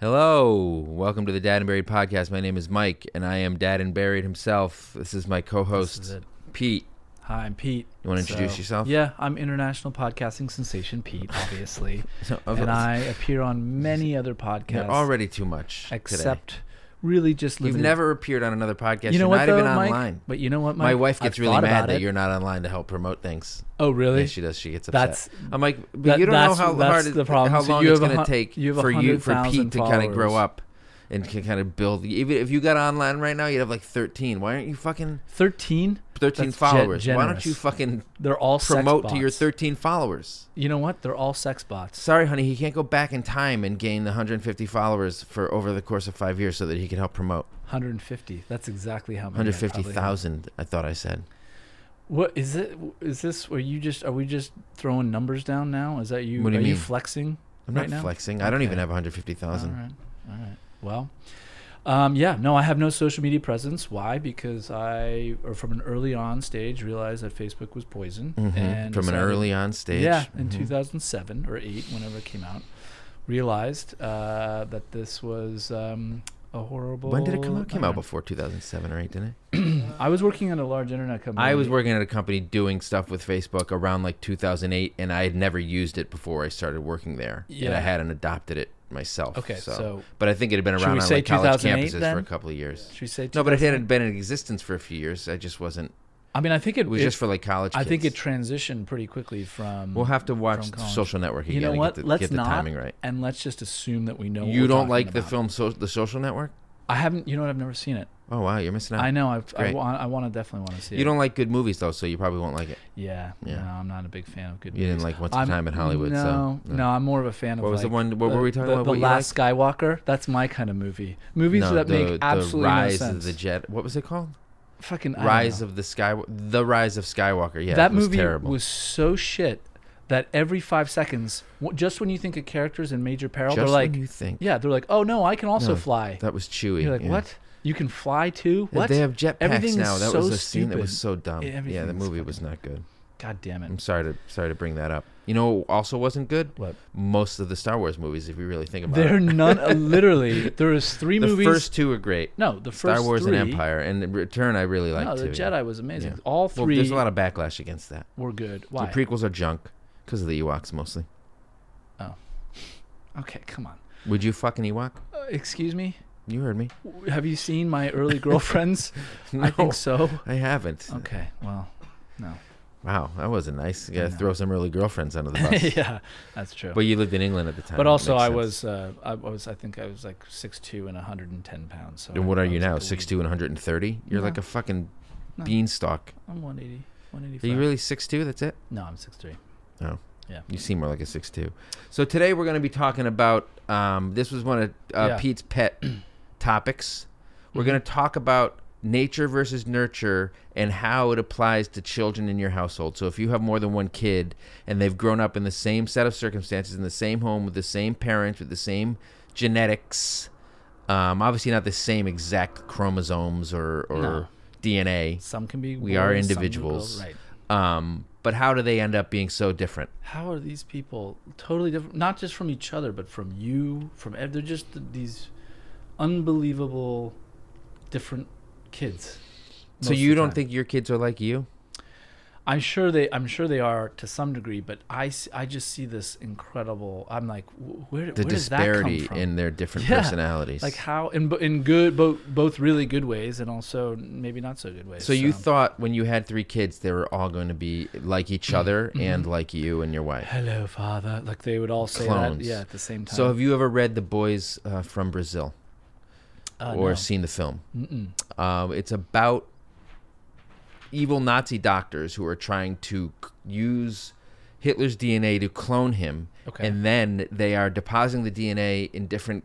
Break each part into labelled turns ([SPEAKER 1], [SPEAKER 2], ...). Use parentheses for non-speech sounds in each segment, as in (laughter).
[SPEAKER 1] Hello, welcome to the Dad and Buried podcast. My name is Mike, and I am Dad and Buried himself. This is my
[SPEAKER 2] This is
[SPEAKER 1] co-host
[SPEAKER 2] it.
[SPEAKER 1] Pete.
[SPEAKER 2] Hi, I'm Pete.
[SPEAKER 1] You wanna introduce yourself?
[SPEAKER 2] Yeah, I'm international podcasting sensation Pete, obviously,
[SPEAKER 1] So, (laughs) of-
[SPEAKER 2] and I appear on many other podcasts.
[SPEAKER 1] you're already too much.
[SPEAKER 2] except really just
[SPEAKER 1] today. you've
[SPEAKER 2] limited.
[SPEAKER 1] never appeared on another podcast.
[SPEAKER 2] you know
[SPEAKER 1] are
[SPEAKER 2] what
[SPEAKER 1] not
[SPEAKER 2] though,
[SPEAKER 1] even
[SPEAKER 2] Mike?
[SPEAKER 1] online.
[SPEAKER 2] But you know what, Mike?
[SPEAKER 1] My wife gets
[SPEAKER 2] I've
[SPEAKER 1] really
[SPEAKER 2] thought
[SPEAKER 1] mad
[SPEAKER 2] about
[SPEAKER 1] that
[SPEAKER 2] it.
[SPEAKER 1] you're not online to help promote things.
[SPEAKER 2] Oh, really?
[SPEAKER 1] Yeah, she does. She gets upset.
[SPEAKER 2] That's-
[SPEAKER 1] I'm like, but
[SPEAKER 2] that-
[SPEAKER 1] you don't know
[SPEAKER 2] that's-
[SPEAKER 1] how
[SPEAKER 2] that's
[SPEAKER 1] hard it,
[SPEAKER 2] the problem.
[SPEAKER 1] how
[SPEAKER 2] So
[SPEAKER 1] long
[SPEAKER 2] you
[SPEAKER 1] it's
[SPEAKER 2] have a
[SPEAKER 1] going to
[SPEAKER 2] hun-
[SPEAKER 1] take
[SPEAKER 2] you have a
[SPEAKER 1] for you
[SPEAKER 2] hundred
[SPEAKER 1] for Pete
[SPEAKER 2] thousand
[SPEAKER 1] to kind of grow
[SPEAKER 2] followers.
[SPEAKER 1] up and to kind of build. Even if you got online right now, you'd have like 13. Why aren't you fucking
[SPEAKER 2] Thirteen.
[SPEAKER 1] 13
[SPEAKER 2] That's gen-
[SPEAKER 1] followers? Why don't
[SPEAKER 2] generous.
[SPEAKER 1] you fucking
[SPEAKER 2] They're all
[SPEAKER 1] promote
[SPEAKER 2] sex
[SPEAKER 1] to your
[SPEAKER 2] bots.
[SPEAKER 1] 13 followers?
[SPEAKER 2] You know what? They're all sex bots.
[SPEAKER 1] Sorry, honey, he can't go back in time and gain the 150 followers for over the course of five years so that he can help promote
[SPEAKER 2] 150. That's exactly how many. I probably have.
[SPEAKER 1] 150,000. I thought I said.
[SPEAKER 2] What is it? Is this? Are you just? Are we just throwing numbers down now? Is that you?
[SPEAKER 1] What do you
[SPEAKER 2] are you
[SPEAKER 1] mean?
[SPEAKER 2] flexing?
[SPEAKER 1] I'm
[SPEAKER 2] Right
[SPEAKER 1] not
[SPEAKER 2] now?
[SPEAKER 1] flexing. I don't even
[SPEAKER 2] Okay.
[SPEAKER 1] have
[SPEAKER 2] All
[SPEAKER 1] 150,000.
[SPEAKER 2] right. All right. Well, um, yeah. No, I have no social media presence. Why? Because I, or from an early on stage, realized that Facebook was poison.
[SPEAKER 1] Mhm.
[SPEAKER 2] And
[SPEAKER 1] From an
[SPEAKER 2] decided-
[SPEAKER 1] early on stage.
[SPEAKER 2] Yeah, in
[SPEAKER 1] Mhm.
[SPEAKER 2] 2007 or eight, whenever it came out, realized uh, that this was um, a horrible.
[SPEAKER 1] When did it come out? It came
[SPEAKER 2] I
[SPEAKER 1] out
[SPEAKER 2] don't
[SPEAKER 1] before 2007 or 8, didn't it?
[SPEAKER 2] know. I was working at a large internet company.
[SPEAKER 1] I was working at a company doing stuff with Facebook around like 2008, and I had never used it before I started working there. And I
[SPEAKER 2] Yeah.
[SPEAKER 1] hadn't adopted it myself.
[SPEAKER 2] Okay, so-
[SPEAKER 1] But I think it had been
[SPEAKER 2] Should
[SPEAKER 1] around
[SPEAKER 2] we
[SPEAKER 1] on
[SPEAKER 2] say
[SPEAKER 1] like college
[SPEAKER 2] 2008
[SPEAKER 1] campuses for a
[SPEAKER 2] then?
[SPEAKER 1] couple of years.
[SPEAKER 2] Should we say?
[SPEAKER 1] No, but it
[SPEAKER 2] 2000?
[SPEAKER 1] hadn't been in existence for a few years. I just wasn't.
[SPEAKER 2] I mean, I think it
[SPEAKER 1] It was
[SPEAKER 2] it-
[SPEAKER 1] just for like college
[SPEAKER 2] I think it
[SPEAKER 1] kids.
[SPEAKER 2] transitioned pretty quickly from.
[SPEAKER 1] We'll have to watch
[SPEAKER 2] from college.
[SPEAKER 1] Social Network again
[SPEAKER 2] You know
[SPEAKER 1] and
[SPEAKER 2] what?
[SPEAKER 1] get the,
[SPEAKER 2] let's
[SPEAKER 1] get the
[SPEAKER 2] not,
[SPEAKER 1] timing right.
[SPEAKER 2] and let's just assume that we know. what
[SPEAKER 1] You
[SPEAKER 2] we're
[SPEAKER 1] don't
[SPEAKER 2] talking
[SPEAKER 1] like the
[SPEAKER 2] about.
[SPEAKER 1] film so- The Social Network?
[SPEAKER 2] I haven't. You know what? I've never seen it.
[SPEAKER 1] Oh, wow. You're missing out.
[SPEAKER 2] I know. I've, I
[SPEAKER 1] great.
[SPEAKER 2] want. I want to definitely want to see it.
[SPEAKER 1] You don't like good movies, though, so you probably won't like it.
[SPEAKER 2] Yeah.
[SPEAKER 1] Yeah.
[SPEAKER 2] No, I'm not a big fan of good.
[SPEAKER 1] You didn't
[SPEAKER 2] movies.
[SPEAKER 1] like Once Upon a
[SPEAKER 2] I'm-
[SPEAKER 1] Time in Hollywood, so,
[SPEAKER 2] No,
[SPEAKER 1] no.
[SPEAKER 2] no. I'm more of a fan of.
[SPEAKER 1] What was the
[SPEAKER 2] like,
[SPEAKER 1] one- what were
[SPEAKER 2] the-
[SPEAKER 1] we talking
[SPEAKER 2] the-
[SPEAKER 1] about?
[SPEAKER 2] The
[SPEAKER 1] What you
[SPEAKER 2] Last Skywalker. That's my kind of movie. Movies
[SPEAKER 1] no,
[SPEAKER 2] that
[SPEAKER 1] the,
[SPEAKER 2] make absolutely
[SPEAKER 1] the Rise
[SPEAKER 2] no
[SPEAKER 1] of
[SPEAKER 2] sense.
[SPEAKER 1] the Jet. What was it called?
[SPEAKER 2] Fucking I don't
[SPEAKER 1] Rise
[SPEAKER 2] know.
[SPEAKER 1] of the Sky, the Rise of Skywalker. Yeah,
[SPEAKER 2] that
[SPEAKER 1] it was
[SPEAKER 2] movie
[SPEAKER 1] terrible.
[SPEAKER 2] was so shit that every five seconds, w- just when you think a character's in major peril,
[SPEAKER 1] Just
[SPEAKER 2] they're
[SPEAKER 1] when
[SPEAKER 2] like,
[SPEAKER 1] you think
[SPEAKER 2] yeah, they're like, oh no, I can also
[SPEAKER 1] No,
[SPEAKER 2] fly.
[SPEAKER 1] that was Chewy.
[SPEAKER 2] You're like,
[SPEAKER 1] yeah.
[SPEAKER 2] what? You can fly too?
[SPEAKER 1] Yeah,
[SPEAKER 2] What?
[SPEAKER 1] They have jetpacks
[SPEAKER 2] Everything is
[SPEAKER 1] now. That
[SPEAKER 2] so
[SPEAKER 1] was a scene that was
[SPEAKER 2] stupid.
[SPEAKER 1] so dumb.
[SPEAKER 2] Yeah,
[SPEAKER 1] yeah, the
[SPEAKER 2] everything's
[SPEAKER 1] movie was not good.
[SPEAKER 2] God damn
[SPEAKER 1] I'm
[SPEAKER 2] it!
[SPEAKER 1] sorry to sorry to bring that up. You know, what also wasn't good.
[SPEAKER 2] What?
[SPEAKER 1] Most of the Star Wars movies, if you really think about (laughs)
[SPEAKER 2] There are
[SPEAKER 1] it,
[SPEAKER 2] none. uh, literally, there is three
[SPEAKER 1] the
[SPEAKER 2] movies.
[SPEAKER 1] first two are great.
[SPEAKER 2] no, the first
[SPEAKER 1] Star Wars
[SPEAKER 2] three,
[SPEAKER 1] and Empire, and Return I really liked.
[SPEAKER 2] No, the
[SPEAKER 1] too,
[SPEAKER 2] Jedi
[SPEAKER 1] yeah.
[SPEAKER 2] was amazing.
[SPEAKER 1] Yeah.
[SPEAKER 2] All
[SPEAKER 1] Well,
[SPEAKER 2] three
[SPEAKER 1] there's a lot of backlash against that.
[SPEAKER 2] were good. Why?
[SPEAKER 1] The prequels are junk because of the Ewoks mostly.
[SPEAKER 2] okay, come on.
[SPEAKER 1] Would you fucking Ewok?
[SPEAKER 2] Uh, excuse me.
[SPEAKER 1] You heard me.
[SPEAKER 2] W- Have you seen
[SPEAKER 1] (laughs)
[SPEAKER 2] my early girlfriends? I
[SPEAKER 1] No,
[SPEAKER 2] think so.
[SPEAKER 1] I haven't.
[SPEAKER 2] Okay, well, no.
[SPEAKER 1] Wow, that wasn't nice. You
[SPEAKER 2] I
[SPEAKER 1] gotta
[SPEAKER 2] know.
[SPEAKER 1] throw some early girlfriends under the bus.
[SPEAKER 2] (laughs) yeah, that's true.
[SPEAKER 1] But you lived in England at the time.
[SPEAKER 2] But
[SPEAKER 1] it
[SPEAKER 2] also,
[SPEAKER 1] makes
[SPEAKER 2] I
[SPEAKER 1] sense.
[SPEAKER 2] was, uh, I was, I think I was like six two and 110 pounds. So
[SPEAKER 1] And what
[SPEAKER 2] I-
[SPEAKER 1] are
[SPEAKER 2] I
[SPEAKER 1] you
[SPEAKER 2] was
[SPEAKER 1] now?
[SPEAKER 2] like a
[SPEAKER 1] Six
[SPEAKER 2] weed.
[SPEAKER 1] two and 130. You're like
[SPEAKER 2] No.
[SPEAKER 1] a fucking
[SPEAKER 2] No.
[SPEAKER 1] beanstalk.
[SPEAKER 2] I'm 180, 185.
[SPEAKER 1] Are you really six two? That's it.
[SPEAKER 2] No, I'm six three.
[SPEAKER 1] Oh.
[SPEAKER 2] Yeah.
[SPEAKER 1] You seem more like a six two. So today we're gonna be talking about. Um, this was one of uh,
[SPEAKER 2] Yeah. Mm-hmm.
[SPEAKER 1] Pete's
[SPEAKER 2] (clears throat)
[SPEAKER 1] pet topics. We're gonna talk about nature versus nurture and how it applies to children in your household. So if you have more than one kid and they've grown up in the same set of circumstances in the same home with the same parents with the same genetics, um, obviously not the same exact chromosomes or, or
[SPEAKER 2] No.
[SPEAKER 1] DNA.
[SPEAKER 2] Some can be.
[SPEAKER 1] We are
[SPEAKER 2] boys, some can be
[SPEAKER 1] individuals.
[SPEAKER 2] girls, right?
[SPEAKER 1] Um, but how do they end up being so different?
[SPEAKER 2] How are these people totally different? Not just from each other, but from you. From ev- they're just th- these unbelievable, different kids.
[SPEAKER 1] So
[SPEAKER 2] most of
[SPEAKER 1] you
[SPEAKER 2] the
[SPEAKER 1] don't
[SPEAKER 2] time.
[SPEAKER 1] think your kids are like you?
[SPEAKER 2] I'm sure they. I'm sure they are to some degree, but I. s- I just see this incredible. I'm like, wh- where,
[SPEAKER 1] the
[SPEAKER 2] where does that come
[SPEAKER 1] disparity
[SPEAKER 2] from?
[SPEAKER 1] in their different
[SPEAKER 2] Yeah.
[SPEAKER 1] personalities.
[SPEAKER 2] like how in bo- in good both both really good ways and also maybe not so good ways.
[SPEAKER 1] so you thought when you had three kids, they were all going to be like each other and like you and your wife.
[SPEAKER 2] hello, father. Like they would all say that,
[SPEAKER 1] Clones.
[SPEAKER 2] yeah, at the same time.
[SPEAKER 1] So have you ever read The Boys uh, from Brazil
[SPEAKER 2] Uh,
[SPEAKER 1] or
[SPEAKER 2] no.
[SPEAKER 1] seen the film?
[SPEAKER 2] Mm-mm.
[SPEAKER 1] Um, it's about evil Nazi doctors who are trying to c- use Hitler's DNA to clone him,
[SPEAKER 2] Okay.
[SPEAKER 1] and then they are depositing the DNA in different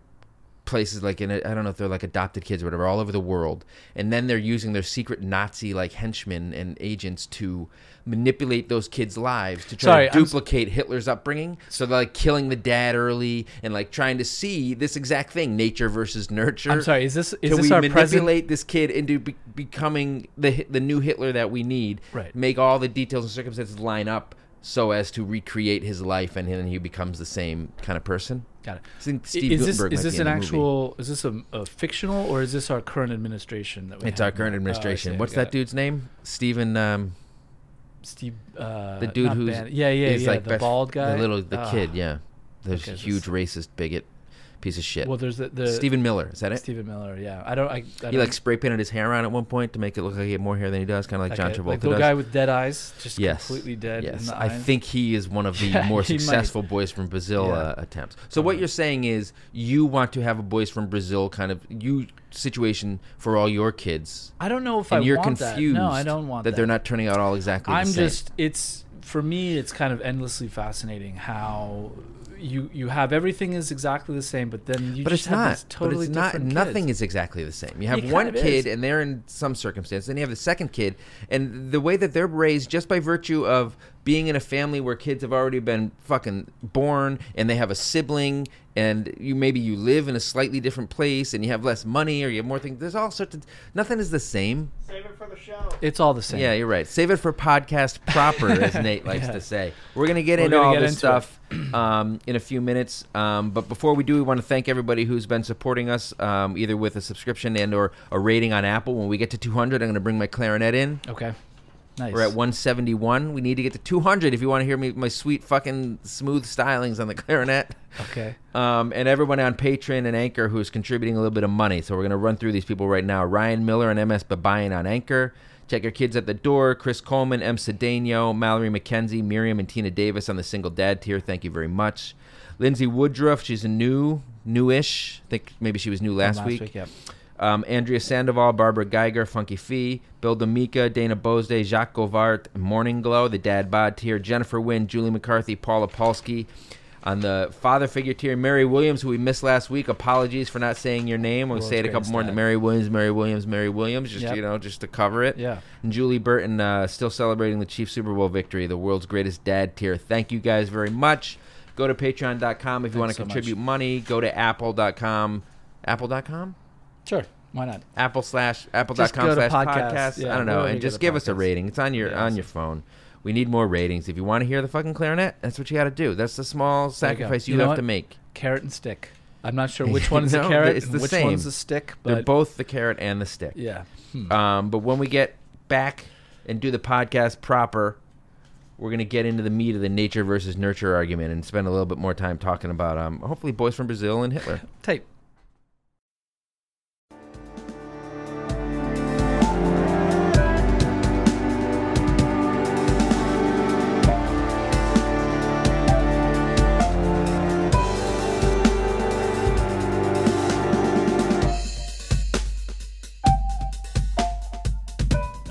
[SPEAKER 1] places, like in a, I don't know if they're like adopted kids or whatever, all over the world, and then they're using their secret Nazi like henchmen and agents to manipulate those kids' lives to try
[SPEAKER 2] Sorry,
[SPEAKER 1] to
[SPEAKER 2] I'm s-
[SPEAKER 1] duplicate Hitler's upbringing. So they're like killing the dad early and like trying to see this exact thing: nature versus nurture.
[SPEAKER 2] I'm sorry. Is this is
[SPEAKER 1] Can
[SPEAKER 2] this
[SPEAKER 1] we
[SPEAKER 2] our present?
[SPEAKER 1] manipulate this kid into be- becoming the Hit- the new Hitler that we need?
[SPEAKER 2] Right.
[SPEAKER 1] Make all the details and circumstances line up so as to recreate his life and then he becomes the same kind of person.
[SPEAKER 2] Got it.
[SPEAKER 1] I think
[SPEAKER 2] I-
[SPEAKER 1] Steve
[SPEAKER 2] is this
[SPEAKER 1] Gutenberg
[SPEAKER 2] is
[SPEAKER 1] might be
[SPEAKER 2] this
[SPEAKER 1] in
[SPEAKER 2] an
[SPEAKER 1] the movie.
[SPEAKER 2] actual? Is this a, a fictional or is this our current administration that we?
[SPEAKER 1] It's
[SPEAKER 2] have
[SPEAKER 1] our current
[SPEAKER 2] now? Oh, I
[SPEAKER 1] administration.
[SPEAKER 2] see, I
[SPEAKER 1] What's
[SPEAKER 2] got
[SPEAKER 1] that
[SPEAKER 2] it.
[SPEAKER 1] dude's name? Stephen. Um,
[SPEAKER 2] Steve, uh,
[SPEAKER 1] the dude
[SPEAKER 2] not
[SPEAKER 1] who's
[SPEAKER 2] Bannon. yeah, yeah,
[SPEAKER 1] he's
[SPEAKER 2] yeah,
[SPEAKER 1] like
[SPEAKER 2] the
[SPEAKER 1] best-
[SPEAKER 2] bald guy,
[SPEAKER 1] the little the
[SPEAKER 2] Ah.
[SPEAKER 1] kid. Yeah, the
[SPEAKER 2] Okay, this-
[SPEAKER 1] huge racist bigot, piece of shit.
[SPEAKER 2] Well, there's the, the
[SPEAKER 1] Stephen Miller. Is that it?
[SPEAKER 2] Stephen Miller. Yeah, I don't. I, I
[SPEAKER 1] he
[SPEAKER 2] don't-
[SPEAKER 1] like spray painted his hair on at one point to make it look like he had more hair than he does, kind of like John
[SPEAKER 2] okay,
[SPEAKER 1] Travolta
[SPEAKER 2] like the
[SPEAKER 1] does.
[SPEAKER 2] guy with dead eyes, just
[SPEAKER 1] Yes.
[SPEAKER 2] completely dead. in
[SPEAKER 1] yes,
[SPEAKER 2] the
[SPEAKER 1] I
[SPEAKER 2] eyes.
[SPEAKER 1] think he is one of the
[SPEAKER 2] (laughs) Yeah,
[SPEAKER 1] more
[SPEAKER 2] he might.
[SPEAKER 1] successful boys from Brazil
[SPEAKER 2] Yeah.
[SPEAKER 1] uh, attempts. So what
[SPEAKER 2] Uh-huh.
[SPEAKER 1] you're saying is you want to have a boys from Brazil kind of you situation for all your kids,
[SPEAKER 2] I don't know if
[SPEAKER 1] and
[SPEAKER 2] I
[SPEAKER 1] you're
[SPEAKER 2] want that.
[SPEAKER 1] confused
[SPEAKER 2] No, I don't want that.
[SPEAKER 1] that they're not turning out all exactly.
[SPEAKER 2] I'm
[SPEAKER 1] the same.
[SPEAKER 2] just it's for me it's kind of endlessly fascinating how you you have everything is exactly the same but then you
[SPEAKER 1] but
[SPEAKER 2] just
[SPEAKER 1] it's
[SPEAKER 2] have
[SPEAKER 1] not.
[SPEAKER 2] these totally
[SPEAKER 1] but it's not.
[SPEAKER 2] different
[SPEAKER 1] Nothing
[SPEAKER 2] kids.
[SPEAKER 1] is exactly the same. You have
[SPEAKER 2] It
[SPEAKER 1] one
[SPEAKER 2] kind of
[SPEAKER 1] kid,
[SPEAKER 2] is.
[SPEAKER 1] and they're in some circumstance. Then you have the second kid, and the way that they're raised, just by virtue of being in a family where kids have already been fucking born, and they have a sibling, and you maybe you live in a slightly different place, and you have less money, or you have more things. There's all sorts of. Nothing is the same.
[SPEAKER 3] Save it for the show.
[SPEAKER 2] it's all the same
[SPEAKER 1] Yeah, you're right. Save it for podcast proper,
[SPEAKER 2] (laughs)
[SPEAKER 1] as Nate likes
[SPEAKER 2] Yeah.
[SPEAKER 1] to say. We're gonna get
[SPEAKER 2] We're
[SPEAKER 1] into
[SPEAKER 2] gonna
[SPEAKER 1] all
[SPEAKER 2] get
[SPEAKER 1] this
[SPEAKER 2] into
[SPEAKER 1] stuff um, in a few minutes, um, but before we do, we want to thank everybody who's been supporting us, um, either with a subscription and or a rating on Apple. When we get to 200, I'm gonna bring my clarinet in.
[SPEAKER 2] okay nice
[SPEAKER 1] We're at 171. We need to get to 200 if you want to hear me my sweet fucking smooth stylings on the
[SPEAKER 2] (laughs)
[SPEAKER 1] clarinet. (laughs)
[SPEAKER 2] okay
[SPEAKER 1] Um, and everyone on Patreon and Anchor who's contributing a little bit of money. So we're going to run through these people right now. Ryan Miller and MS Babayan on Anchor. Check Your Kids at the Door. Chris Coleman, M. Cedeno, Mallory McKenzie, Miriam, and Tina Davis on the single dad tier. Thank you very much. Lindsay Woodruff, she's a new, newish. I think maybe she was new last,
[SPEAKER 2] last
[SPEAKER 1] week.
[SPEAKER 2] week yep.
[SPEAKER 1] Um, Andrea Sandoval, Barbara Geiger, Funky Fee, Bill D'Amica, Dana Bosde, Jacques Govart, Morning Glow, the Dad Bod tier, Jennifer Wynn, Julie McCarthy, Paula Polsky. On the father figure tier, Mary Williams, who we missed last week. Apologies for not saying your name. We'll
[SPEAKER 2] World's
[SPEAKER 1] say it a couple
[SPEAKER 2] greatest
[SPEAKER 1] more.
[SPEAKER 2] dad.
[SPEAKER 1] Mary Williams, Mary Williams, Mary Williams. Just
[SPEAKER 2] Yep.
[SPEAKER 1] you know, just to cover it.
[SPEAKER 2] yeah
[SPEAKER 1] And Julie Burton uh, still celebrating the Chiefs Super Bowl victory, the world's greatest dad tier. Thank you guys very much. Go to patreon.com if you want to
[SPEAKER 2] so much.
[SPEAKER 1] contribute money. Go to apple.com. Apple.com?
[SPEAKER 2] sure why not
[SPEAKER 1] Apple slash apple.com
[SPEAKER 2] Just go to
[SPEAKER 1] slash podcast.
[SPEAKER 2] podcast. Yeah,
[SPEAKER 1] I don't know.
[SPEAKER 2] wherever
[SPEAKER 1] And
[SPEAKER 2] you
[SPEAKER 1] just
[SPEAKER 2] get a
[SPEAKER 1] give us a
[SPEAKER 2] podcast.
[SPEAKER 1] rating. It's on your
[SPEAKER 2] Yeah,
[SPEAKER 1] on
[SPEAKER 2] it's-
[SPEAKER 1] your phone. We need more ratings. If you want to hear the fucking clarinet, that's what you got to do. That's the small
[SPEAKER 2] There you go.
[SPEAKER 1] sacrifice you,
[SPEAKER 2] You know
[SPEAKER 1] have
[SPEAKER 2] what?
[SPEAKER 1] to make.
[SPEAKER 2] carrot and stick I'm not sure
[SPEAKER 1] (laughs)
[SPEAKER 2] which one is
[SPEAKER 1] No,
[SPEAKER 2] a carrot
[SPEAKER 1] it's
[SPEAKER 2] and
[SPEAKER 1] the
[SPEAKER 2] which
[SPEAKER 1] same.
[SPEAKER 2] one's a stick
[SPEAKER 1] They're
[SPEAKER 2] but
[SPEAKER 1] both the carrot and the stick.
[SPEAKER 2] yeah Hmm.
[SPEAKER 1] Um, but when we get back and do the podcast proper, we're gonna get into the meat of the nature versus nurture argument and spend a little bit more time talking about um, hopefully boys from Brazil and
[SPEAKER 2] (laughs)
[SPEAKER 1] Hitler.
[SPEAKER 2] tape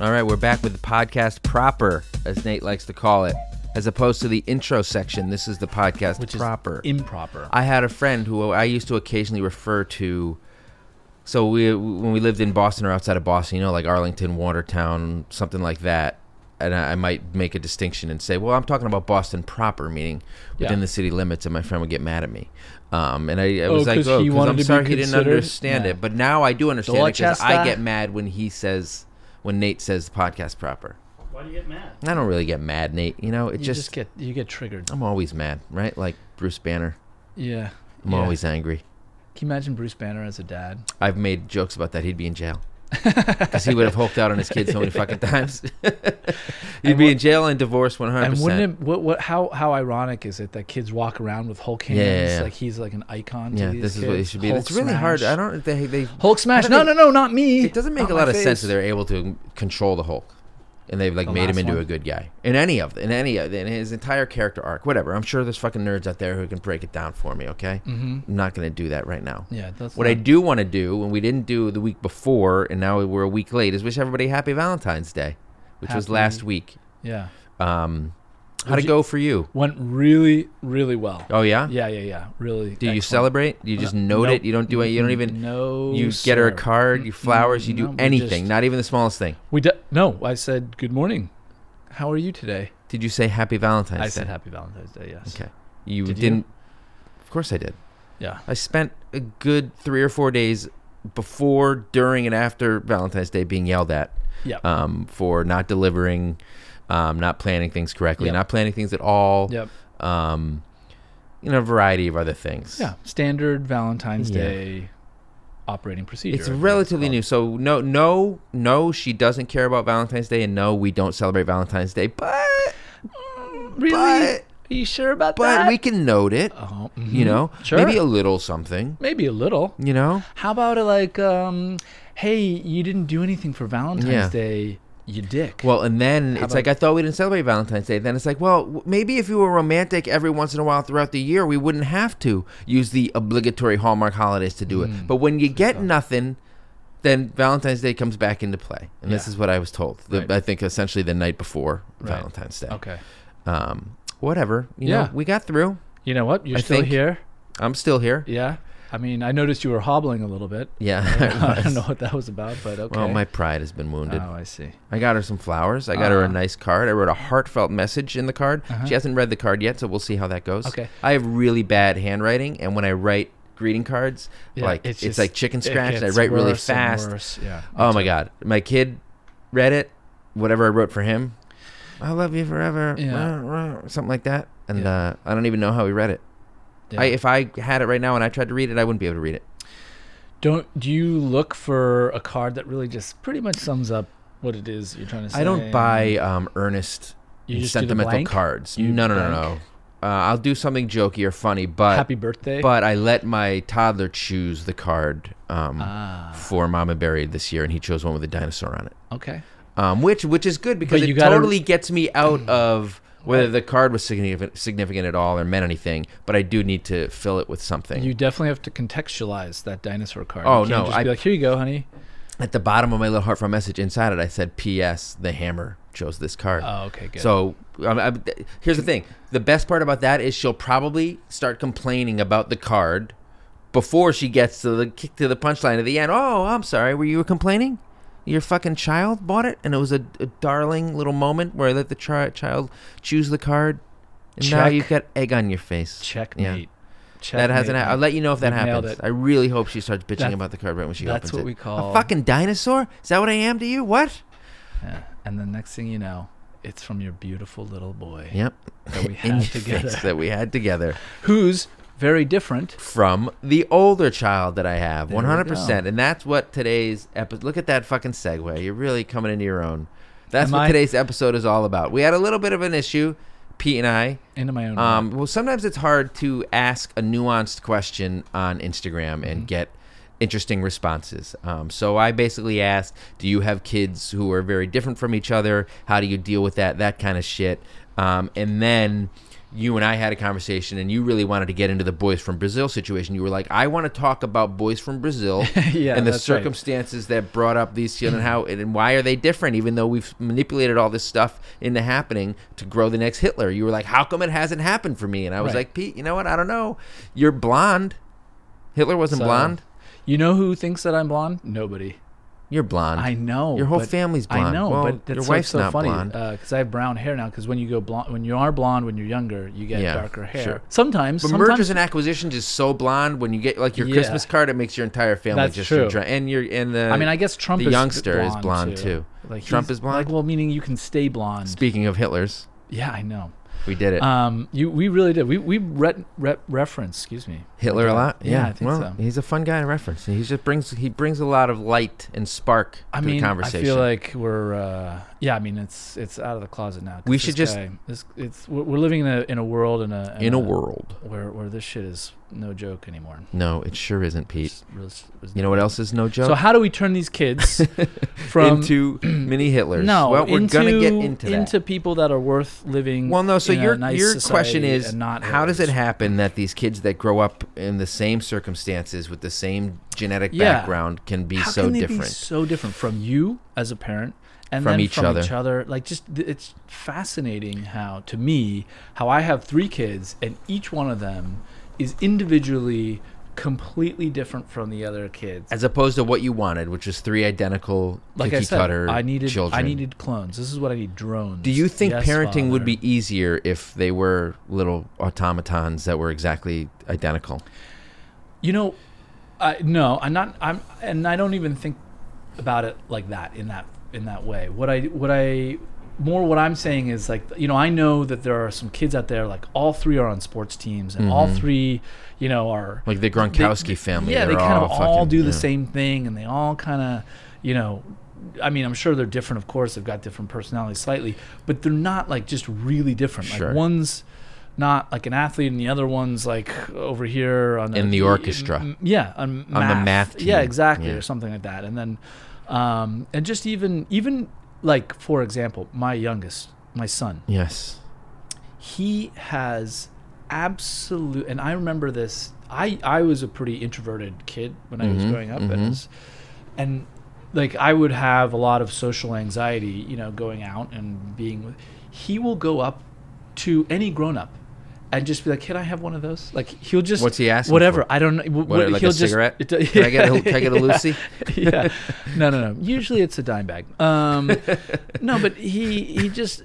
[SPEAKER 1] All right, we're back with the podcast proper, as Nate likes to call it, as opposed to the intro section. This is the podcast
[SPEAKER 2] which
[SPEAKER 1] proper.
[SPEAKER 2] is improper
[SPEAKER 1] I had a friend who I used to occasionally refer to. So we when we lived in Boston or outside of Boston, you know, like Arlington, Watertown, something like that. And I, I might make a distinction and say, well, I'm talking about Boston proper, meaning within
[SPEAKER 2] Yeah.
[SPEAKER 1] the city limits, and my friend would get mad at me. Um, and I, I
[SPEAKER 2] Oh,
[SPEAKER 1] was like,
[SPEAKER 2] 'cause
[SPEAKER 1] oh,
[SPEAKER 2] he
[SPEAKER 1] 'cause
[SPEAKER 2] wanted
[SPEAKER 1] I'm
[SPEAKER 2] to be
[SPEAKER 1] sorry he didn't
[SPEAKER 2] considered?
[SPEAKER 1] understand
[SPEAKER 2] Yeah.
[SPEAKER 1] it. But now I do understand it because I
[SPEAKER 2] Dorchester.
[SPEAKER 1] get mad when he says, when Nate says the podcast proper.
[SPEAKER 3] Why do you get mad?
[SPEAKER 1] And I don't really get mad, Nate. You know, it
[SPEAKER 2] you
[SPEAKER 1] just,
[SPEAKER 2] just get you get triggered
[SPEAKER 1] I'm always mad, right? Like Bruce Banner.
[SPEAKER 2] yeah
[SPEAKER 1] I'm
[SPEAKER 2] Yeah.
[SPEAKER 1] always angry.
[SPEAKER 2] can you imagine Bruce Banner as a dad
[SPEAKER 1] I've made jokes about that. He'd be in jail (laughs) because he would have hulked out on his kids so
[SPEAKER 2] (laughs)
[SPEAKER 1] many fucking times. (laughs) He'd
[SPEAKER 2] And
[SPEAKER 1] be
[SPEAKER 2] what-
[SPEAKER 1] in jail and divorced one hundred
[SPEAKER 2] And
[SPEAKER 1] percent.
[SPEAKER 2] wouldn't it, what, what, how, how ironic is it that kids walk around with Hulk hands?
[SPEAKER 1] Yeah, yeah, yeah.
[SPEAKER 2] Like he's like an icon. To
[SPEAKER 1] Yeah,
[SPEAKER 2] these
[SPEAKER 1] this is what it
[SPEAKER 2] kids.
[SPEAKER 1] should be.
[SPEAKER 2] Hulk
[SPEAKER 1] it's really hard. I
[SPEAKER 2] smash.
[SPEAKER 1] don't. They, they.
[SPEAKER 2] Hulk smash.
[SPEAKER 1] don't
[SPEAKER 2] No, no,
[SPEAKER 1] think-
[SPEAKER 2] no, not me.
[SPEAKER 1] It doesn't make
[SPEAKER 2] Not
[SPEAKER 1] a
[SPEAKER 2] my
[SPEAKER 1] lot of sense
[SPEAKER 2] face.
[SPEAKER 1] that they're able to control the Hulk, and they've like
[SPEAKER 2] The
[SPEAKER 1] made him
[SPEAKER 2] last
[SPEAKER 1] into
[SPEAKER 2] one.
[SPEAKER 1] a good guy in any of in any of in his entire character arc. Whatever. I'm sure there's fucking nerds out there who can break it down for me. Okay,
[SPEAKER 2] Mhm.
[SPEAKER 1] I'm not gonna do that right now.
[SPEAKER 2] Yeah, that's
[SPEAKER 1] What I do want to do, and we didn't do the week before, and now we're a week late, is wish everybody happy Valentine's Day, which was
[SPEAKER 2] Happy-
[SPEAKER 1] last week.
[SPEAKER 2] Yeah,
[SPEAKER 1] Um, how'd
[SPEAKER 2] Would
[SPEAKER 1] it
[SPEAKER 2] you-
[SPEAKER 1] go for you?
[SPEAKER 2] went really, really well.
[SPEAKER 1] Oh yeah.
[SPEAKER 2] Yeah, yeah, yeah. Really.
[SPEAKER 1] Do you
[SPEAKER 2] excellent. Uh,
[SPEAKER 1] celebrate? Do you just note
[SPEAKER 2] Nope.
[SPEAKER 1] it? You don't do it. You don't
[SPEAKER 2] Mm,
[SPEAKER 1] even.
[SPEAKER 2] No.
[SPEAKER 1] you get her a
[SPEAKER 2] sir.
[SPEAKER 1] card. You
[SPEAKER 2] Mm,
[SPEAKER 1] flowers. You
[SPEAKER 2] no,
[SPEAKER 1] do
[SPEAKER 2] we
[SPEAKER 1] anything.
[SPEAKER 2] just-
[SPEAKER 1] Not even the smallest thing.
[SPEAKER 2] we de- no. I said good morning. How are you today?
[SPEAKER 1] Did you say Happy Valentine's
[SPEAKER 2] I,
[SPEAKER 1] Day?
[SPEAKER 2] said happy Valentine's Day. Yes.
[SPEAKER 1] Okay. You
[SPEAKER 2] Did you?
[SPEAKER 1] didn't. Of course I did.
[SPEAKER 2] Yeah.
[SPEAKER 1] I spent a good three or four days before, during, and after Valentine's Day being yelled at
[SPEAKER 2] Yeah.
[SPEAKER 1] um, for not um, delivering. um, not planning things correctly,
[SPEAKER 2] Yep.
[SPEAKER 1] not planning things at all.
[SPEAKER 2] Yep.
[SPEAKER 1] Um, you know, a variety of other things.
[SPEAKER 2] Yeah. Standard Valentine's
[SPEAKER 1] Yeah.
[SPEAKER 2] Day operating procedure. I
[SPEAKER 1] It's
[SPEAKER 2] think that's
[SPEAKER 1] relatively
[SPEAKER 2] called.
[SPEAKER 1] new. So no, no, no. She doesn't care about Valentine's Day, and no, we don't celebrate Valentine's Day. But
[SPEAKER 2] Really?
[SPEAKER 1] But-
[SPEAKER 2] Are you sure about
[SPEAKER 1] but
[SPEAKER 2] that?
[SPEAKER 1] we can note it.
[SPEAKER 2] Oh,
[SPEAKER 1] You
[SPEAKER 2] mhm.
[SPEAKER 1] know,
[SPEAKER 2] Sure.
[SPEAKER 1] maybe a little something.
[SPEAKER 2] maybe a little.
[SPEAKER 1] You know,
[SPEAKER 2] How about a, like, um, hey, you didn't do anything for Valentine's
[SPEAKER 1] Yeah.
[SPEAKER 2] Day, you dick.
[SPEAKER 1] Well, and then
[SPEAKER 2] How
[SPEAKER 1] it's
[SPEAKER 2] about-
[SPEAKER 1] like I thought we didn't celebrate Valentine's Day. Then it's like, well, w- maybe if you were romantic every once in a while throughout the year, we wouldn't have to use the obligatory Hallmark holidays to do
[SPEAKER 2] Mm.
[SPEAKER 1] it. But when you get nothing, then Valentine's Day comes back into play. And this
[SPEAKER 2] Yeah.
[SPEAKER 1] is what I was told. The,
[SPEAKER 2] Right.
[SPEAKER 1] I think essentially the night before
[SPEAKER 2] Right.
[SPEAKER 1] Valentine's Day.
[SPEAKER 2] okay.
[SPEAKER 1] Um, whatever. You
[SPEAKER 2] Yeah.
[SPEAKER 1] know, we got through.
[SPEAKER 2] You know what? You're
[SPEAKER 1] I
[SPEAKER 2] still
[SPEAKER 1] think-
[SPEAKER 2] here.
[SPEAKER 1] I'm still here.
[SPEAKER 2] Yeah. I mean, I noticed you were hobbling a little bit.
[SPEAKER 1] (laughs) Yeah.
[SPEAKER 2] (laughs) I don't know what that was about, but okay.
[SPEAKER 1] Well, my pride has been wounded.
[SPEAKER 2] Oh, I see.
[SPEAKER 1] I got her some flowers. I got her a
[SPEAKER 2] Uh-huh.
[SPEAKER 1] nice card. I wrote a heartfelt message in the card.
[SPEAKER 2] Uh-huh.
[SPEAKER 1] She hasn't read the card yet, so we'll see how that goes.
[SPEAKER 2] Okay.
[SPEAKER 1] I have really bad handwriting, and when I write greeting cards,
[SPEAKER 2] Yeah,
[SPEAKER 1] like it's,
[SPEAKER 2] just-
[SPEAKER 1] like chicken
[SPEAKER 2] it
[SPEAKER 1] scratch. and I
[SPEAKER 2] gets
[SPEAKER 1] write really
[SPEAKER 2] worse and
[SPEAKER 1] fast.
[SPEAKER 2] worse. Yeah.
[SPEAKER 1] Oh my god, my kid read it. Whatever I wrote for him, I love you forever.
[SPEAKER 2] Yeah.
[SPEAKER 1] rah, rah, Something like that, and
[SPEAKER 2] Yeah.
[SPEAKER 1] uh, I don't even know how he read it.
[SPEAKER 2] Yeah.
[SPEAKER 1] I, if I had it right now and I tried to read it, I wouldn't be able to read it.
[SPEAKER 2] Don't do you look for a card that really just pretty much sums up what it is you're trying to say?
[SPEAKER 1] I don't buy um, earnest
[SPEAKER 2] You
[SPEAKER 1] and
[SPEAKER 2] just do the
[SPEAKER 1] sentimental
[SPEAKER 2] blank?
[SPEAKER 1] cards.
[SPEAKER 2] You
[SPEAKER 1] no, no, no, no.
[SPEAKER 2] blank?
[SPEAKER 1] Uh, I'll do something jokey or funny, but
[SPEAKER 2] Happy birthday.
[SPEAKER 1] but I let my toddler choose the card um,
[SPEAKER 2] ah,
[SPEAKER 1] for Mama Buried this year, and he chose one with a dinosaur on it,
[SPEAKER 2] okay.
[SPEAKER 1] um, which which is good because
[SPEAKER 2] But
[SPEAKER 1] it
[SPEAKER 2] you gotta-
[SPEAKER 1] totally gets me
[SPEAKER 2] (clears throat)
[SPEAKER 1] out of whether the card was significant significant at all or meant anything. But I do need to fill it with something.
[SPEAKER 2] You definitely have to contextualize that dinosaur card.
[SPEAKER 1] Oh,
[SPEAKER 2] you can't
[SPEAKER 1] no,
[SPEAKER 2] Just
[SPEAKER 1] I-
[SPEAKER 2] be like, here you go, honey.
[SPEAKER 1] at the bottom of my little heartfelt message inside it, I said, "P.S. The Hammer chose this card."
[SPEAKER 2] Oh, okay, good.
[SPEAKER 1] So um, I, th- here's the thing: the best part about that is she'll probably start complaining about the card before she gets to the kick to the punchline at the end. Oh, I'm sorry, were you complaining? Your fucking child bought it, and it was a, a darling little moment where I let the tri- child choose the card, and now
[SPEAKER 2] Check.
[SPEAKER 1] you've got egg on your face.
[SPEAKER 2] checkmate.
[SPEAKER 1] That hasn't.
[SPEAKER 2] Checkmate.
[SPEAKER 1] happened. I'll let you know if that
[SPEAKER 2] You've nailed
[SPEAKER 1] happens.
[SPEAKER 2] it.
[SPEAKER 1] I really hope she starts bitching
[SPEAKER 2] That's-
[SPEAKER 1] about the card right when she
[SPEAKER 2] that's
[SPEAKER 1] opens
[SPEAKER 2] what
[SPEAKER 1] it.
[SPEAKER 2] we
[SPEAKER 1] a
[SPEAKER 2] call-
[SPEAKER 1] fucking dinosaur. Is that what I am to you? What?
[SPEAKER 2] Yeah. And the next thing you know, it's from your beautiful little boy
[SPEAKER 1] Yep.
[SPEAKER 2] that
[SPEAKER 1] (laughs)
[SPEAKER 2] we
[SPEAKER 1] In
[SPEAKER 2] had
[SPEAKER 1] your
[SPEAKER 2] together,
[SPEAKER 1] face that we had together.
[SPEAKER 2] who's very different.
[SPEAKER 1] from the older child that I have,
[SPEAKER 2] There
[SPEAKER 1] one
[SPEAKER 2] we
[SPEAKER 1] hundred percent,
[SPEAKER 2] go.
[SPEAKER 1] and that's what today's episode. Look at that fucking segue. You're really coming into your own. That's
[SPEAKER 2] Am
[SPEAKER 1] what
[SPEAKER 2] I-
[SPEAKER 1] today's episode is all about. We had a little bit of an issue, Pete and I.
[SPEAKER 2] Into my own. world.
[SPEAKER 1] Um, well, sometimes it's hard to ask a nuanced question on Instagram and get interesting responses. Um, so I basically asked, "Do you have kids who are very different from each other? How do you deal with that? That kind of shit." Um, and then you and I had a conversation, and you really wanted to get into the boys from Brazil situation. You were like, "I want to talk about boys from Brazil
[SPEAKER 2] (laughs) Yeah,
[SPEAKER 1] and the
[SPEAKER 2] that's right.
[SPEAKER 1] circumstances that brought up these children and how and why are they different? Even though we've manipulated all this stuff into happening to grow the next Hitler, you were like, "How come it hasn't happened for me?" And I was
[SPEAKER 2] Right.
[SPEAKER 1] like, "Pete, you know what? I don't know. You're blonde. Hitler wasn't
[SPEAKER 2] So,
[SPEAKER 1] blonde.
[SPEAKER 2] You know who thinks that I'm blonde? Nobody.
[SPEAKER 1] You're blonde.
[SPEAKER 2] I know.
[SPEAKER 1] Your whole
[SPEAKER 2] but-
[SPEAKER 1] family's blonde.
[SPEAKER 2] I know,
[SPEAKER 1] Well,
[SPEAKER 2] but that's
[SPEAKER 1] your
[SPEAKER 2] so-
[SPEAKER 1] wife's
[SPEAKER 2] so
[SPEAKER 1] not
[SPEAKER 2] funny
[SPEAKER 1] blonde.
[SPEAKER 2] because I have brown hair now. Because when you go blonde, when you are blonde, when you're younger, you get
[SPEAKER 1] Yeah,
[SPEAKER 2] darker hair.
[SPEAKER 1] sure.
[SPEAKER 2] Sometimes,
[SPEAKER 1] but
[SPEAKER 2] sometimes
[SPEAKER 1] mergers and acquisitions is so blonde. When you get like your
[SPEAKER 2] Yeah.
[SPEAKER 1] Christmas card, it makes your entire family
[SPEAKER 2] That's
[SPEAKER 1] just
[SPEAKER 2] true.
[SPEAKER 1] dr- and your and the.
[SPEAKER 2] I mean, I guess Trump.
[SPEAKER 1] the
[SPEAKER 2] is
[SPEAKER 1] youngster is
[SPEAKER 2] blonde
[SPEAKER 1] blonde, too.
[SPEAKER 2] Like
[SPEAKER 1] Trump
[SPEAKER 2] he's-
[SPEAKER 1] is blonde?
[SPEAKER 2] Like, well, meaning you can stay blonde.
[SPEAKER 1] speaking of Hitler's,
[SPEAKER 2] yeah, I know.
[SPEAKER 1] we did it.
[SPEAKER 2] Um, you we really did. We we re- re- reference. Excuse me.
[SPEAKER 1] Hitler a
[SPEAKER 2] Yeah.
[SPEAKER 1] lot.
[SPEAKER 2] Yeah, I think
[SPEAKER 1] well,
[SPEAKER 2] so.
[SPEAKER 1] He's a fun guy to reference. He just brings he brings a lot of light and spark
[SPEAKER 2] I
[SPEAKER 1] to
[SPEAKER 2] mean,
[SPEAKER 1] the
[SPEAKER 2] I
[SPEAKER 1] conversation.
[SPEAKER 2] feel like we're. Uh, yeah, I mean, it's it's out of the closet now. 'cause
[SPEAKER 1] We should
[SPEAKER 2] this
[SPEAKER 1] just-
[SPEAKER 2] guy- this, it's we're, we're living in a in a world in a
[SPEAKER 1] in a world.
[SPEAKER 2] where where this shit is no joke anymore.
[SPEAKER 1] No, it sure isn't, Pete.
[SPEAKER 2] It's real- it's- it's-
[SPEAKER 1] You know what else is no joke?
[SPEAKER 2] so how do we turn
[SPEAKER 1] (laughs)
[SPEAKER 2] these kids from
[SPEAKER 1] into
[SPEAKER 2] (clears throat)
[SPEAKER 1] mini Hitlers.
[SPEAKER 2] no
[SPEAKER 1] well, we're
[SPEAKER 2] into,
[SPEAKER 1] gonna get into that.
[SPEAKER 2] people that are worth living?
[SPEAKER 1] well, no. So
[SPEAKER 2] in a
[SPEAKER 1] your
[SPEAKER 2] nice
[SPEAKER 1] your question
[SPEAKER 2] society
[SPEAKER 1] is
[SPEAKER 2] and not
[SPEAKER 1] how does it
[SPEAKER 2] haters.
[SPEAKER 1] happen that these kids that grow up in the same circumstances with the same genetic
[SPEAKER 2] Yeah.
[SPEAKER 1] background can be
[SPEAKER 2] How
[SPEAKER 1] so
[SPEAKER 2] can they
[SPEAKER 1] different?
[SPEAKER 2] Be so different from you as a parent, and
[SPEAKER 1] From
[SPEAKER 2] then
[SPEAKER 1] each
[SPEAKER 2] from
[SPEAKER 1] other.
[SPEAKER 2] each other. Like, just th- it's fascinating how, to me, how I have three kids, and each one of them is individually completely different from the other kids.
[SPEAKER 1] As opposed to what you wanted, which was three identical
[SPEAKER 2] like I
[SPEAKER 1] cookie
[SPEAKER 2] said,
[SPEAKER 1] cutter
[SPEAKER 2] I needed
[SPEAKER 1] children.
[SPEAKER 2] I needed clones. This is what I need drones.
[SPEAKER 1] Do you think
[SPEAKER 2] Yes,
[SPEAKER 1] parenting would
[SPEAKER 2] Father.
[SPEAKER 1] be easier if they were little automatons that were exactly identical?
[SPEAKER 2] You know, I no, I'm not. I'm, and I don't even think about it like that in that in that way. What I what I more what I'm saying is like you know I know that there are some kids out there like all three are on sports teams and all three you know are
[SPEAKER 1] Like the Gronkowski family.
[SPEAKER 2] yeah they
[SPEAKER 1] they're
[SPEAKER 2] kind of all
[SPEAKER 1] fucking-
[SPEAKER 2] do the
[SPEAKER 1] yeah.
[SPEAKER 2] same thing and they all kind of you know I mean I'm sure they're different of course they've got different personalities slightly but they're not like just really different
[SPEAKER 1] Sure.
[SPEAKER 2] like one's not like an athlete and the other one's like over here on
[SPEAKER 1] In
[SPEAKER 2] a-
[SPEAKER 1] the orchestra.
[SPEAKER 2] m- yeah on,
[SPEAKER 1] On the math
[SPEAKER 2] yeah
[SPEAKER 1] team,
[SPEAKER 2] exactly
[SPEAKER 1] yeah.
[SPEAKER 2] or something like that and then um and just even even like for example my youngest my son
[SPEAKER 1] Yes.
[SPEAKER 2] he has absolute and i remember this i i was a pretty introverted kid when i was
[SPEAKER 1] Mm-hmm,
[SPEAKER 2] growing up and, it's- and like i would have a lot of social anxiety you know going out and being with he will go up to any grown-up and just be like can i have one of those like he'll just
[SPEAKER 1] What's he asking
[SPEAKER 2] whatever
[SPEAKER 1] for?
[SPEAKER 2] i don't know wh-
[SPEAKER 1] What,
[SPEAKER 2] wh-
[SPEAKER 1] like
[SPEAKER 2] he'll
[SPEAKER 1] a
[SPEAKER 2] just-
[SPEAKER 1] cigarette?
[SPEAKER 2] it-
[SPEAKER 1] can I get
[SPEAKER 2] (laughs)
[SPEAKER 1] a, can I get a Lucy?
[SPEAKER 2] yeah. No, no, no. Usually it's a dime bag. Um, no, but he he just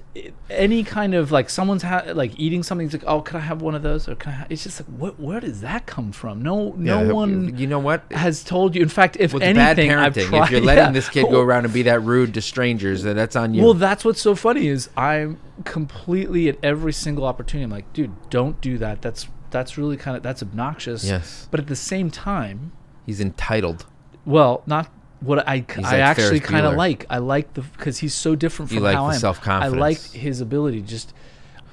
[SPEAKER 2] any kind of like someone's ha- like eating something. He's like, oh, could I have one of those? Or can I? Ha-? It's just like, what? Where does that come from? No, no
[SPEAKER 1] Yeah,
[SPEAKER 2] one
[SPEAKER 1] You know what?
[SPEAKER 2] has told you. In fact, if
[SPEAKER 1] With bad
[SPEAKER 2] anything, I've
[SPEAKER 1] parenting,
[SPEAKER 2] tried.
[SPEAKER 1] if you're letting
[SPEAKER 2] yeah.
[SPEAKER 1] this kid go around and be that rude to strangers, then that's on you.
[SPEAKER 2] Well, that's what's so funny is I'm completely at every single opportunity. I'm like, dude, don't do that. That's that's really kind of that's obnoxious.
[SPEAKER 1] Yes.
[SPEAKER 2] But at the same time,
[SPEAKER 1] He's entitled.
[SPEAKER 2] Well, not what I I
[SPEAKER 1] like Ferris
[SPEAKER 2] actually kind of
[SPEAKER 1] Bueller.
[SPEAKER 2] like. I like the because he's so different
[SPEAKER 1] You
[SPEAKER 2] from
[SPEAKER 1] like
[SPEAKER 2] how
[SPEAKER 1] the
[SPEAKER 2] I am.
[SPEAKER 1] self-confidence.
[SPEAKER 2] I like his ability to just,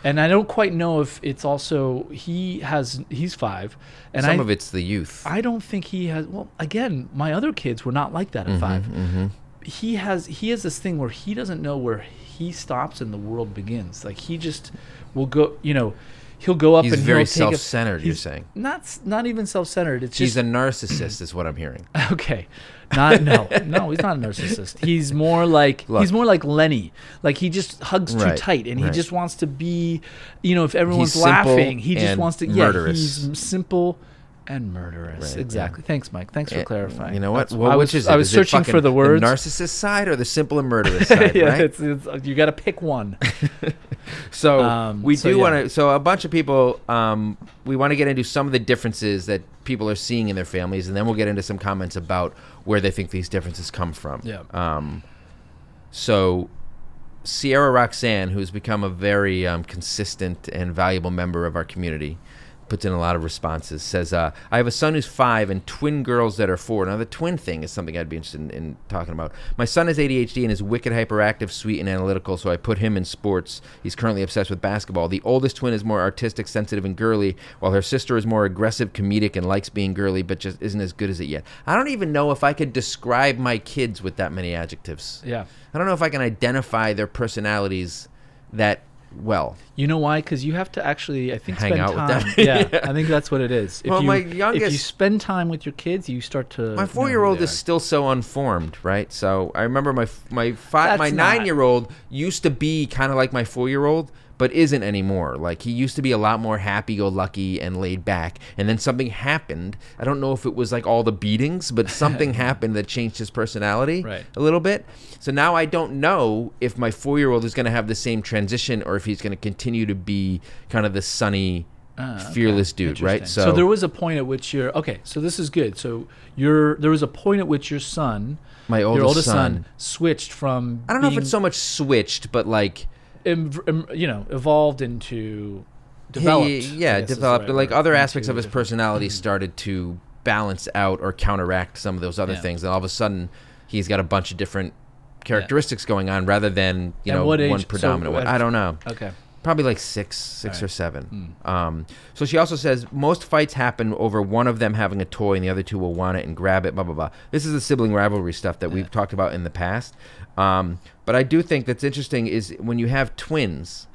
[SPEAKER 2] and I don't quite know if it's also he has he's five, and
[SPEAKER 1] Some
[SPEAKER 2] I
[SPEAKER 1] of it's the youth.
[SPEAKER 2] I don't think he has. Well, again, my other kids were not like
[SPEAKER 1] Mm-hmm,
[SPEAKER 2] that at 5 He has he has this thing where he doesn't know where he stops and the world begins. Like he just will go, you know, he'll go up
[SPEAKER 1] He's
[SPEAKER 2] and
[SPEAKER 1] very
[SPEAKER 2] he'll take a-
[SPEAKER 1] self-centered, you're
[SPEAKER 2] he's
[SPEAKER 1] saying.
[SPEAKER 2] not s- not even self-centered. It's
[SPEAKER 1] He's
[SPEAKER 2] just
[SPEAKER 1] a narcissist, is what I'm hearing.
[SPEAKER 2] (laughs) Okay. Not no. No, he's not a narcissist. He's more like
[SPEAKER 1] Look.
[SPEAKER 2] he's more like Lenny. Like he just hugs
[SPEAKER 1] Right,
[SPEAKER 2] too tight and he
[SPEAKER 1] right.
[SPEAKER 2] just wants to be you know, if everyone's
[SPEAKER 1] simple
[SPEAKER 2] laughing, he just
[SPEAKER 1] and
[SPEAKER 2] wants to
[SPEAKER 1] murderous.
[SPEAKER 2] yeah, he's simple and murderous.
[SPEAKER 1] Right,
[SPEAKER 2] exactly. Thanks, Mike. Thanks for
[SPEAKER 1] Eh,
[SPEAKER 2] clarifying.
[SPEAKER 1] You know what?
[SPEAKER 2] That's-
[SPEAKER 1] Well,
[SPEAKER 2] I
[SPEAKER 1] which
[SPEAKER 2] was,
[SPEAKER 1] is it?
[SPEAKER 2] I was
[SPEAKER 1] Is it
[SPEAKER 2] searching
[SPEAKER 1] fucking
[SPEAKER 2] for the words.
[SPEAKER 1] The
[SPEAKER 2] (laughs)
[SPEAKER 1] narcissist side or the simple and murderous side,
[SPEAKER 2] yeah,
[SPEAKER 1] right?
[SPEAKER 2] it's, it's, you got to
[SPEAKER 1] (laughs)
[SPEAKER 2] pick one.
[SPEAKER 1] So
[SPEAKER 2] Um,
[SPEAKER 1] we
[SPEAKER 2] so
[SPEAKER 1] do
[SPEAKER 2] yeah.
[SPEAKER 1] want to. So a bunch of people, um, we want to get into some of the differences that people are seeing in their families, and then we'll get into some comments about where they think these differences come from.
[SPEAKER 2] Yeah.
[SPEAKER 1] Um, so Sierra Roxanne, who's become a very um, consistent and valuable member of our community, puts in a lot of responses. Says, uh, "I have a son who's five and twin girls that are four. Now, the twin thing is something I'd be interested in, in talking about. My son has ADHD and is wicked hyperactive, sweet, and analytical. So I put him in sports. He's currently obsessed with basketball. The oldest twin is more artistic, sensitive, and girly, while her sister is more aggressive, comedic, and likes being girly, but just isn't as good as it yet. I don't even know if I could describe my kids with that many adjectives."
[SPEAKER 2] yeah.
[SPEAKER 1] I don't know if I can identify their personalities that well.
[SPEAKER 2] You know why? Because you have to actually, I think,
[SPEAKER 1] Hang
[SPEAKER 2] spend
[SPEAKER 1] out with them.
[SPEAKER 2] time. yeah,
[SPEAKER 1] (laughs)
[SPEAKER 2] I think that's what it is. If
[SPEAKER 1] Well,
[SPEAKER 2] you,
[SPEAKER 1] my
[SPEAKER 2] if you
[SPEAKER 1] youngest-
[SPEAKER 2] spend time with your kids, you start to. know
[SPEAKER 1] My
[SPEAKER 2] who
[SPEAKER 1] four-year-old
[SPEAKER 2] they
[SPEAKER 1] is
[SPEAKER 2] are.
[SPEAKER 1] still so unformed, right? So I remember my f- my five,
[SPEAKER 2] That's
[SPEAKER 1] my
[SPEAKER 2] not-
[SPEAKER 1] nine-year-old used to be kind of like my four-year-old, but isn't anymore. Like he used to be a lot more happy-go-lucky and laid back, and then something happened. I don't know if it was like all the beatings,
[SPEAKER 2] (laughs)
[SPEAKER 1] but something happened that changed his personality
[SPEAKER 2] Right.
[SPEAKER 1] a little bit. So now I don't know if my four-year-old is going to have the same transition or if he's going to continue to be kind of the sunny. fearless dude, right?
[SPEAKER 2] Ah, Interesting. there was a point at which your okay. So this is good. So your there was a point at which your son,
[SPEAKER 1] My
[SPEAKER 2] your
[SPEAKER 1] oldest
[SPEAKER 2] oldest son,
[SPEAKER 1] son.
[SPEAKER 2] switched from.
[SPEAKER 1] I don't know if it's so much switched, but like
[SPEAKER 2] you know evolved into developed.
[SPEAKER 1] he,
[SPEAKER 2] I
[SPEAKER 1] yeah,
[SPEAKER 2] guess is the
[SPEAKER 1] developed.
[SPEAKER 2] right
[SPEAKER 1] but like
[SPEAKER 2] word,
[SPEAKER 1] other aspects of
[SPEAKER 2] into
[SPEAKER 1] his
[SPEAKER 2] (clears throat)
[SPEAKER 1] personality started to balance out or counteract some of those other
[SPEAKER 2] Yeah.
[SPEAKER 1] things, and all of a sudden, he's got a bunch of different characteristics going on rather than you
[SPEAKER 2] And
[SPEAKER 1] know
[SPEAKER 2] what
[SPEAKER 1] one
[SPEAKER 2] age- so
[SPEAKER 1] predominant one.
[SPEAKER 2] at-
[SPEAKER 1] I don't know.
[SPEAKER 2] Okay.
[SPEAKER 1] Probably like six, six
[SPEAKER 2] Alright.
[SPEAKER 1] or seven.
[SPEAKER 2] Hmm.
[SPEAKER 1] Um, so she also says most fights happen over one of them having a toy and the other two will want it and grab it. Blah blah blah. This is the sibling rivalry stuff that we've talked about in the past. Um, but I do think that's interesting is when you have twins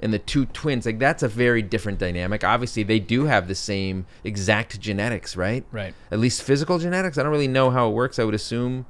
[SPEAKER 1] and the two twins, like that's a very different dynamic. Obviously, they do have the same exact genetics, right?
[SPEAKER 2] Right.
[SPEAKER 1] At least physical genetics. I don't really know how it works. I would assume,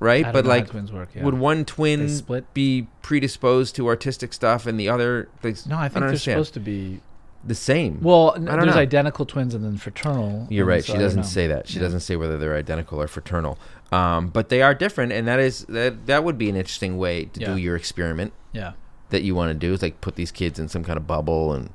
[SPEAKER 2] I
[SPEAKER 1] right?
[SPEAKER 2] don't
[SPEAKER 1] But
[SPEAKER 2] know how
[SPEAKER 1] like,
[SPEAKER 2] twins work, yeah.
[SPEAKER 1] would one
[SPEAKER 2] They
[SPEAKER 1] twin
[SPEAKER 2] split?
[SPEAKER 1] be predisposed to artistic stuff and the other things?
[SPEAKER 2] No, I think
[SPEAKER 1] don't
[SPEAKER 2] they're
[SPEAKER 1] understand.
[SPEAKER 2] supposed to be.
[SPEAKER 1] the same.
[SPEAKER 2] Well, n-
[SPEAKER 1] I don't
[SPEAKER 2] there's
[SPEAKER 1] know.
[SPEAKER 2] identical twins and then fraternal.
[SPEAKER 1] You're
[SPEAKER 2] and
[SPEAKER 1] right.
[SPEAKER 2] so I
[SPEAKER 1] she
[SPEAKER 2] don't
[SPEAKER 1] doesn't
[SPEAKER 2] know.
[SPEAKER 1] say that. She
[SPEAKER 2] Yeah.
[SPEAKER 1] doesn't say whether they're identical or fraternal. Um, but they are different, and that is that. That would be an interesting way to
[SPEAKER 2] Yeah.
[SPEAKER 1] do your experiment
[SPEAKER 2] Yeah.
[SPEAKER 1] that you want to do. Is like put these kids in some kind of bubble and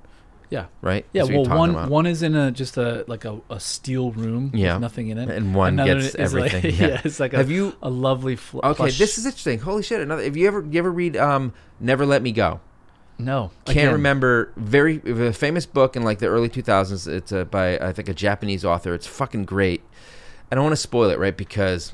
[SPEAKER 2] Yeah.
[SPEAKER 1] right?
[SPEAKER 2] Yeah,
[SPEAKER 1] That's what you're
[SPEAKER 2] well,
[SPEAKER 1] talking
[SPEAKER 2] one
[SPEAKER 1] about.
[SPEAKER 2] one is in a just a like a, a steel room
[SPEAKER 1] Yeah.
[SPEAKER 2] with nothing in it,
[SPEAKER 1] And one
[SPEAKER 2] Another
[SPEAKER 1] gets
[SPEAKER 2] is like- (laughs)
[SPEAKER 1] everything,
[SPEAKER 2] yeah.
[SPEAKER 1] yeah.
[SPEAKER 2] it's like a,
[SPEAKER 1] Have you-
[SPEAKER 2] a lovely fl-
[SPEAKER 1] Okay,
[SPEAKER 2] plush-
[SPEAKER 1] this is interesting. Holy shit! Another. If you ever, you ever read um, "Never Let Me Go,"
[SPEAKER 2] no
[SPEAKER 1] can't
[SPEAKER 2] again.
[SPEAKER 1] remember. Very it was a famous book in like the early two thousands. It's uh, by I think a Japanese author. It's fucking great. I don't want to spoil it, right? Because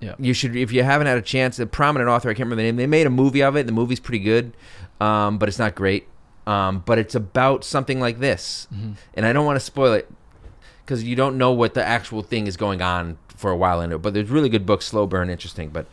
[SPEAKER 2] Yeah.
[SPEAKER 1] you should if you haven't had a chance. A prominent author, I can't remember the name. They made a movie of it. The movie's pretty good, um, but it's not great. Um, but it's about something like this,
[SPEAKER 2] Mm-hmm.
[SPEAKER 1] and I don't want to spoil it because you don't know what the actual thing is going on for a while in it. But there's really good books, slow burn, interesting. But
[SPEAKER 2] Well,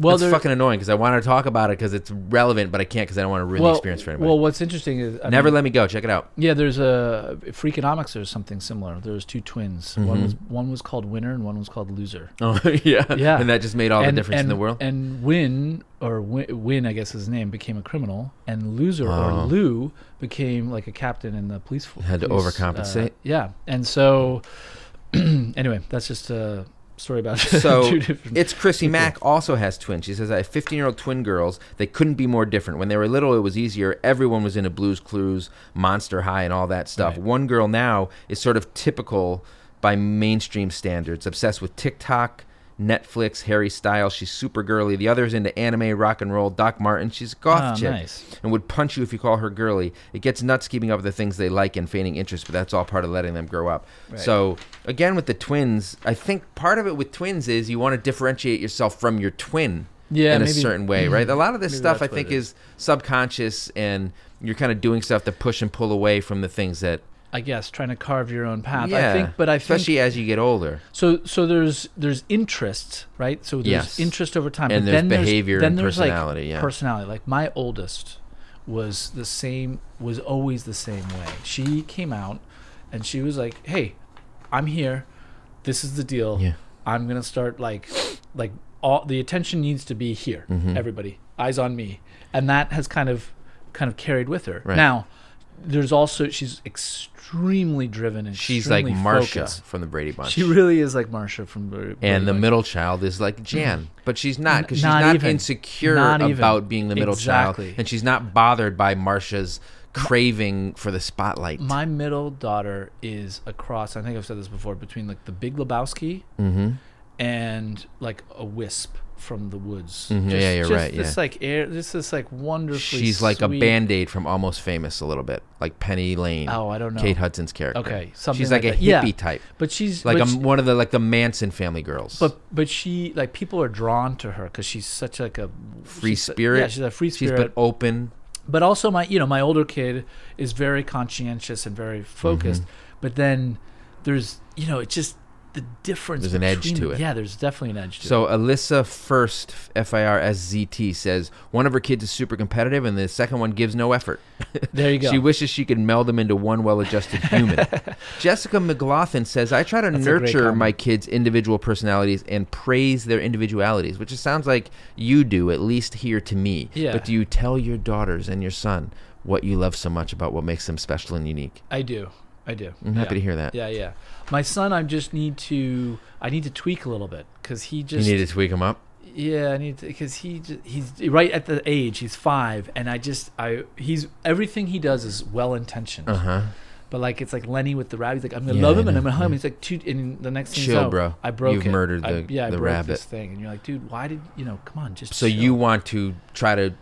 [SPEAKER 1] well, it's
[SPEAKER 2] there-
[SPEAKER 1] fucking annoying because I want to talk about it because it's relevant, but I can't because I don't want to ruin
[SPEAKER 2] well,
[SPEAKER 1] the experience for anybody.
[SPEAKER 2] Well, what's interesting is I
[SPEAKER 1] Never
[SPEAKER 2] mean,
[SPEAKER 1] let me go. Check it out.
[SPEAKER 2] yeah, there's a Freakonomics. There's something similar. There's two twins.
[SPEAKER 1] Mm-hmm.
[SPEAKER 2] One was one was called Winner and one was called Loser.
[SPEAKER 1] (laughs) Oh yeah,
[SPEAKER 2] Yeah.
[SPEAKER 1] And that just made all
[SPEAKER 2] and,
[SPEAKER 1] the difference in
[SPEAKER 2] and-
[SPEAKER 1] the
[SPEAKER 2] (laughs)
[SPEAKER 1] world.
[SPEAKER 2] And Win or Win, Win, I guess his name became a criminal, and Loser or
[SPEAKER 1] Oh.
[SPEAKER 2] Lou became like a captain in the police force. Uh,
[SPEAKER 1] Had to overcompensate.
[SPEAKER 2] yeah, and so (clears throat) anyway, that's just a story about
[SPEAKER 1] so
[SPEAKER 2] (laughs) two different.
[SPEAKER 1] it's Chrissy Mack also has twins. She says I have 15 year old twin girls. They couldn't be more different. When they were little, it was easier. Everyone was into Blues Clues, Monster High, and all that stuff.
[SPEAKER 2] Right.
[SPEAKER 1] One girl now is sort of typical by mainstream standards, obsessed with TikTok. Netflix, Harry Styles, she's super girly. The other is into anime, rock and roll, Doc Martin. She's a goth
[SPEAKER 2] Ah,
[SPEAKER 1] chick.
[SPEAKER 2] nice.
[SPEAKER 1] and would punch you if you call her girly. It gets nuts keeping up with the things they like and feigning interest, but that's all part of letting them grow up.
[SPEAKER 2] Right.
[SPEAKER 1] So again, with the twins, I think part of it with twins is you want to differentiate yourself from your twin
[SPEAKER 2] Yeah,
[SPEAKER 1] in a
[SPEAKER 2] maybe- Mm-hmm.
[SPEAKER 1] certain way, right? A lot of this
[SPEAKER 2] Maybe
[SPEAKER 1] stuff I
[SPEAKER 2] that's what
[SPEAKER 1] think
[SPEAKER 2] it
[SPEAKER 1] is. subconscious, and you're kind of doing stuff to push and pull away from the things that.
[SPEAKER 2] I guess trying to carve your own path.
[SPEAKER 1] yeah,
[SPEAKER 2] I think, but I think
[SPEAKER 1] especially as you get older.
[SPEAKER 2] So so there's there's interest, right? So there's
[SPEAKER 1] Yes.
[SPEAKER 2] interest over time,
[SPEAKER 1] And
[SPEAKER 2] but
[SPEAKER 1] there's
[SPEAKER 2] then
[SPEAKER 1] behavior
[SPEAKER 2] there's, then
[SPEAKER 1] and
[SPEAKER 2] there's
[SPEAKER 1] personality,
[SPEAKER 2] Like
[SPEAKER 1] yeah.
[SPEAKER 2] Personality. Like my oldest was the same. Was always the same way. She came out, and she was like, "Hey, I'm here. This is the deal.
[SPEAKER 1] Yeah.
[SPEAKER 2] I'm gonna start like, like all the attention needs to be here.
[SPEAKER 1] Mm-hmm.
[SPEAKER 2] Everybody, eyes on me." And that has kind of, kind of carried with her.
[SPEAKER 1] Right.
[SPEAKER 2] Now, there's also she's extremely driven and
[SPEAKER 1] She's like
[SPEAKER 2] extremely
[SPEAKER 1] Marcia
[SPEAKER 2] focused.
[SPEAKER 1] from the Brady Bunch.
[SPEAKER 2] She really is like Marsha from Blue.
[SPEAKER 1] and the
[SPEAKER 2] Bunch.
[SPEAKER 1] middle child is like Jan, but she's not because she's
[SPEAKER 2] Mm-hmm. Not
[SPEAKER 1] not,
[SPEAKER 2] even.
[SPEAKER 1] insecure
[SPEAKER 2] Not even.
[SPEAKER 1] about being the middle
[SPEAKER 2] Exactly.
[SPEAKER 1] child, and she's not bothered by Marsha's craving for the spotlight.
[SPEAKER 2] my middle daughter is a cross. I think I've said this before between like the Big Lebowski
[SPEAKER 1] Mm-hmm.
[SPEAKER 2] and like a wisp from the woods.
[SPEAKER 1] Mhm, yeah, you're
[SPEAKER 2] just
[SPEAKER 1] right,
[SPEAKER 2] This like air. This is like wonderfully.
[SPEAKER 1] she's like a
[SPEAKER 2] sweet-
[SPEAKER 1] band aid from Almost Famous, a little bit like Penny Lane.
[SPEAKER 2] Oh, I don't know.
[SPEAKER 1] Kate Hudson's character.
[SPEAKER 2] Okay, something
[SPEAKER 1] she's like,
[SPEAKER 2] like
[SPEAKER 1] a
[SPEAKER 2] that. Yeah.
[SPEAKER 1] hippie type,
[SPEAKER 2] But she's
[SPEAKER 1] like
[SPEAKER 2] but
[SPEAKER 1] a,
[SPEAKER 2] she-
[SPEAKER 1] one of the like the Manson family girls.
[SPEAKER 2] But but she like people are drawn to her because she's such like a
[SPEAKER 1] Free
[SPEAKER 2] she's a-
[SPEAKER 1] spirit.
[SPEAKER 2] yeah, she's a free
[SPEAKER 1] she's
[SPEAKER 2] spirit.
[SPEAKER 1] been open.
[SPEAKER 2] but also my you know my older kid is very conscientious and very focused
[SPEAKER 1] Mm-hmm.
[SPEAKER 2] but then there's you know it's just the difference
[SPEAKER 1] There's an edge
[SPEAKER 2] between
[SPEAKER 1] to
[SPEAKER 2] them.
[SPEAKER 1] it.
[SPEAKER 2] yeah there's definitely an edge to it
[SPEAKER 1] So Alyssa First, F I R S Z T, says one of her kids is super competitive, and the second one gives no effort.
[SPEAKER 2] there you go
[SPEAKER 1] She wishes she could meld them into one well adjusted
[SPEAKER 2] (laughs)
[SPEAKER 1] human. Jessica McLaughlin says, I try to
[SPEAKER 2] That's a great
[SPEAKER 1] nurture
[SPEAKER 2] comment.
[SPEAKER 1] my kids' individual personalities and praise their individualities, which it sounds like you do, at least here to me.
[SPEAKER 2] Yeah.
[SPEAKER 1] But do you tell your daughters and your son what you love so much about what makes them special and unique?
[SPEAKER 2] i do i do
[SPEAKER 1] I'm happy to hear that.
[SPEAKER 2] yeah yeah my son i just need to i need to tweak a little bit because he
[SPEAKER 1] You
[SPEAKER 2] just
[SPEAKER 1] need to tweak them up?
[SPEAKER 2] Yeah, I need to because he j- he's right at the age he's five, and I just I he's everything he does is well intentioned.
[SPEAKER 1] Uh-huh.
[SPEAKER 2] But like it's like Lenny with the rabbit. He's like I'm gonna
[SPEAKER 1] Yeah,
[SPEAKER 2] love
[SPEAKER 1] I
[SPEAKER 2] him and
[SPEAKER 1] know,
[SPEAKER 2] I'm gonna hug him. He's like two. And the next thing you
[SPEAKER 1] Chill,
[SPEAKER 2] know,
[SPEAKER 1] bro.
[SPEAKER 2] I broke
[SPEAKER 1] You've
[SPEAKER 2] it.
[SPEAKER 1] murdered
[SPEAKER 2] I-
[SPEAKER 1] the-
[SPEAKER 2] yeah I
[SPEAKER 1] the
[SPEAKER 2] broke
[SPEAKER 1] rabbit."
[SPEAKER 2] this thing, and you're like, dude, why did you know? Come on, just
[SPEAKER 1] So
[SPEAKER 2] chill."
[SPEAKER 1] you want to try to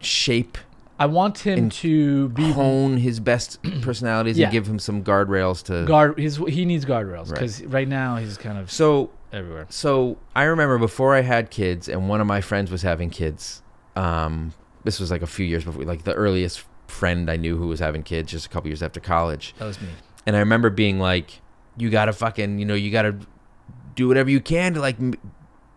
[SPEAKER 1] shape,
[SPEAKER 2] I want him
[SPEAKER 1] and
[SPEAKER 2] to be
[SPEAKER 1] hone his best (clears throat) personalities
[SPEAKER 2] Yeah.
[SPEAKER 1] and give him some guardrails to.
[SPEAKER 2] guard. His he needs guardrails
[SPEAKER 1] Uh, Right.
[SPEAKER 2] because right. now he's kind of
[SPEAKER 1] so
[SPEAKER 2] everywhere.
[SPEAKER 1] So I remember before I had kids, and one of my friends was having kids. Um, this was like a few years before, like the earliest friend I knew who was having kids, just a couple years after college.
[SPEAKER 2] That was me.
[SPEAKER 1] And I remember being like, "You gotta fucking, you know, you gotta do whatever you can to like." M-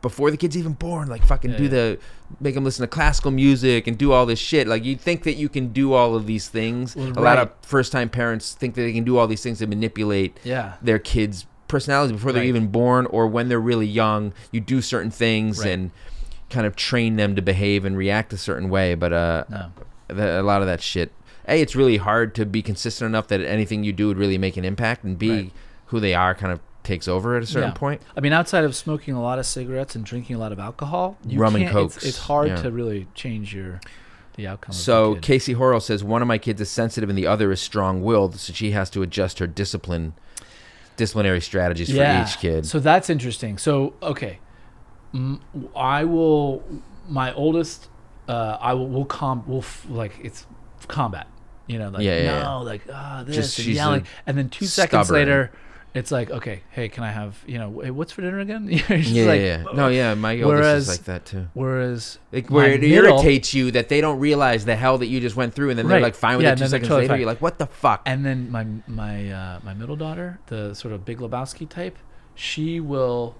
[SPEAKER 1] before the kid's even born, like fucking
[SPEAKER 2] Yeah,
[SPEAKER 1] do
[SPEAKER 2] yeah.
[SPEAKER 1] the, make them listen to classical music and do all this shit. Like you think that you can do all of these things.
[SPEAKER 2] Well,
[SPEAKER 1] a lot of
[SPEAKER 2] right.
[SPEAKER 1] first time parents think that they can do all these things to manipulate
[SPEAKER 2] Yeah.
[SPEAKER 1] their kids' personalities before they're
[SPEAKER 2] Right.
[SPEAKER 1] even born or when they're really young. You do certain things
[SPEAKER 2] Right.
[SPEAKER 1] and kind of train them to behave and react a certain way. But uh,
[SPEAKER 2] No.
[SPEAKER 1] the, a lot of that shit, a, it's really hard to be consistent enough that anything you do would really make an impact, and b,
[SPEAKER 2] Right.
[SPEAKER 1] who they are kind of takes over at a certain
[SPEAKER 2] Yeah.
[SPEAKER 1] point.
[SPEAKER 2] I mean, outside of smoking a lot of cigarettes and drinking a lot of alcohol, you
[SPEAKER 1] Rum and
[SPEAKER 2] can't- it's-
[SPEAKER 1] Cokes,
[SPEAKER 2] It's, hard
[SPEAKER 1] yeah.
[SPEAKER 2] to really change your the outcome.
[SPEAKER 1] So
[SPEAKER 2] of the kid.
[SPEAKER 1] Casey Horrell says one of my kids is sensitive and the other is strong-willed, so she has to adjust her discipline, disciplinary strategies for each kid.
[SPEAKER 2] So that's interesting. So okay, M- I will. My oldest, uh, I will. Will com. Will f- like it's combat. You know, like
[SPEAKER 1] Yeah, yeah,
[SPEAKER 2] no,
[SPEAKER 1] yeah.
[SPEAKER 2] like ah, this
[SPEAKER 1] Just
[SPEAKER 2] and
[SPEAKER 1] she's
[SPEAKER 2] yelling,
[SPEAKER 1] a
[SPEAKER 2] and then two seconds
[SPEAKER 1] stubborn.
[SPEAKER 2] later, it's like okay, hey, can I have you know wh- what's for dinner again? (laughs) You're just
[SPEAKER 1] yeah,
[SPEAKER 2] like,
[SPEAKER 1] yeah, yeah. No, yeah, my oldest is
[SPEAKER 2] Whereas-
[SPEAKER 1] like that too.
[SPEAKER 2] Whereas
[SPEAKER 1] Like
[SPEAKER 2] my
[SPEAKER 1] where it
[SPEAKER 2] middle-
[SPEAKER 1] irritates you that they don't realize the hell that you just went through, and then they're
[SPEAKER 2] Right.
[SPEAKER 1] like fine with
[SPEAKER 2] Yeah,
[SPEAKER 1] it.
[SPEAKER 2] and
[SPEAKER 1] Two
[SPEAKER 2] then they're
[SPEAKER 1] seconds
[SPEAKER 2] totally
[SPEAKER 1] later,
[SPEAKER 2] fine.
[SPEAKER 1] you're like, "What the fuck?"
[SPEAKER 2] And then my my uh, my middle daughter, the sort of Big Lebowski type, she will,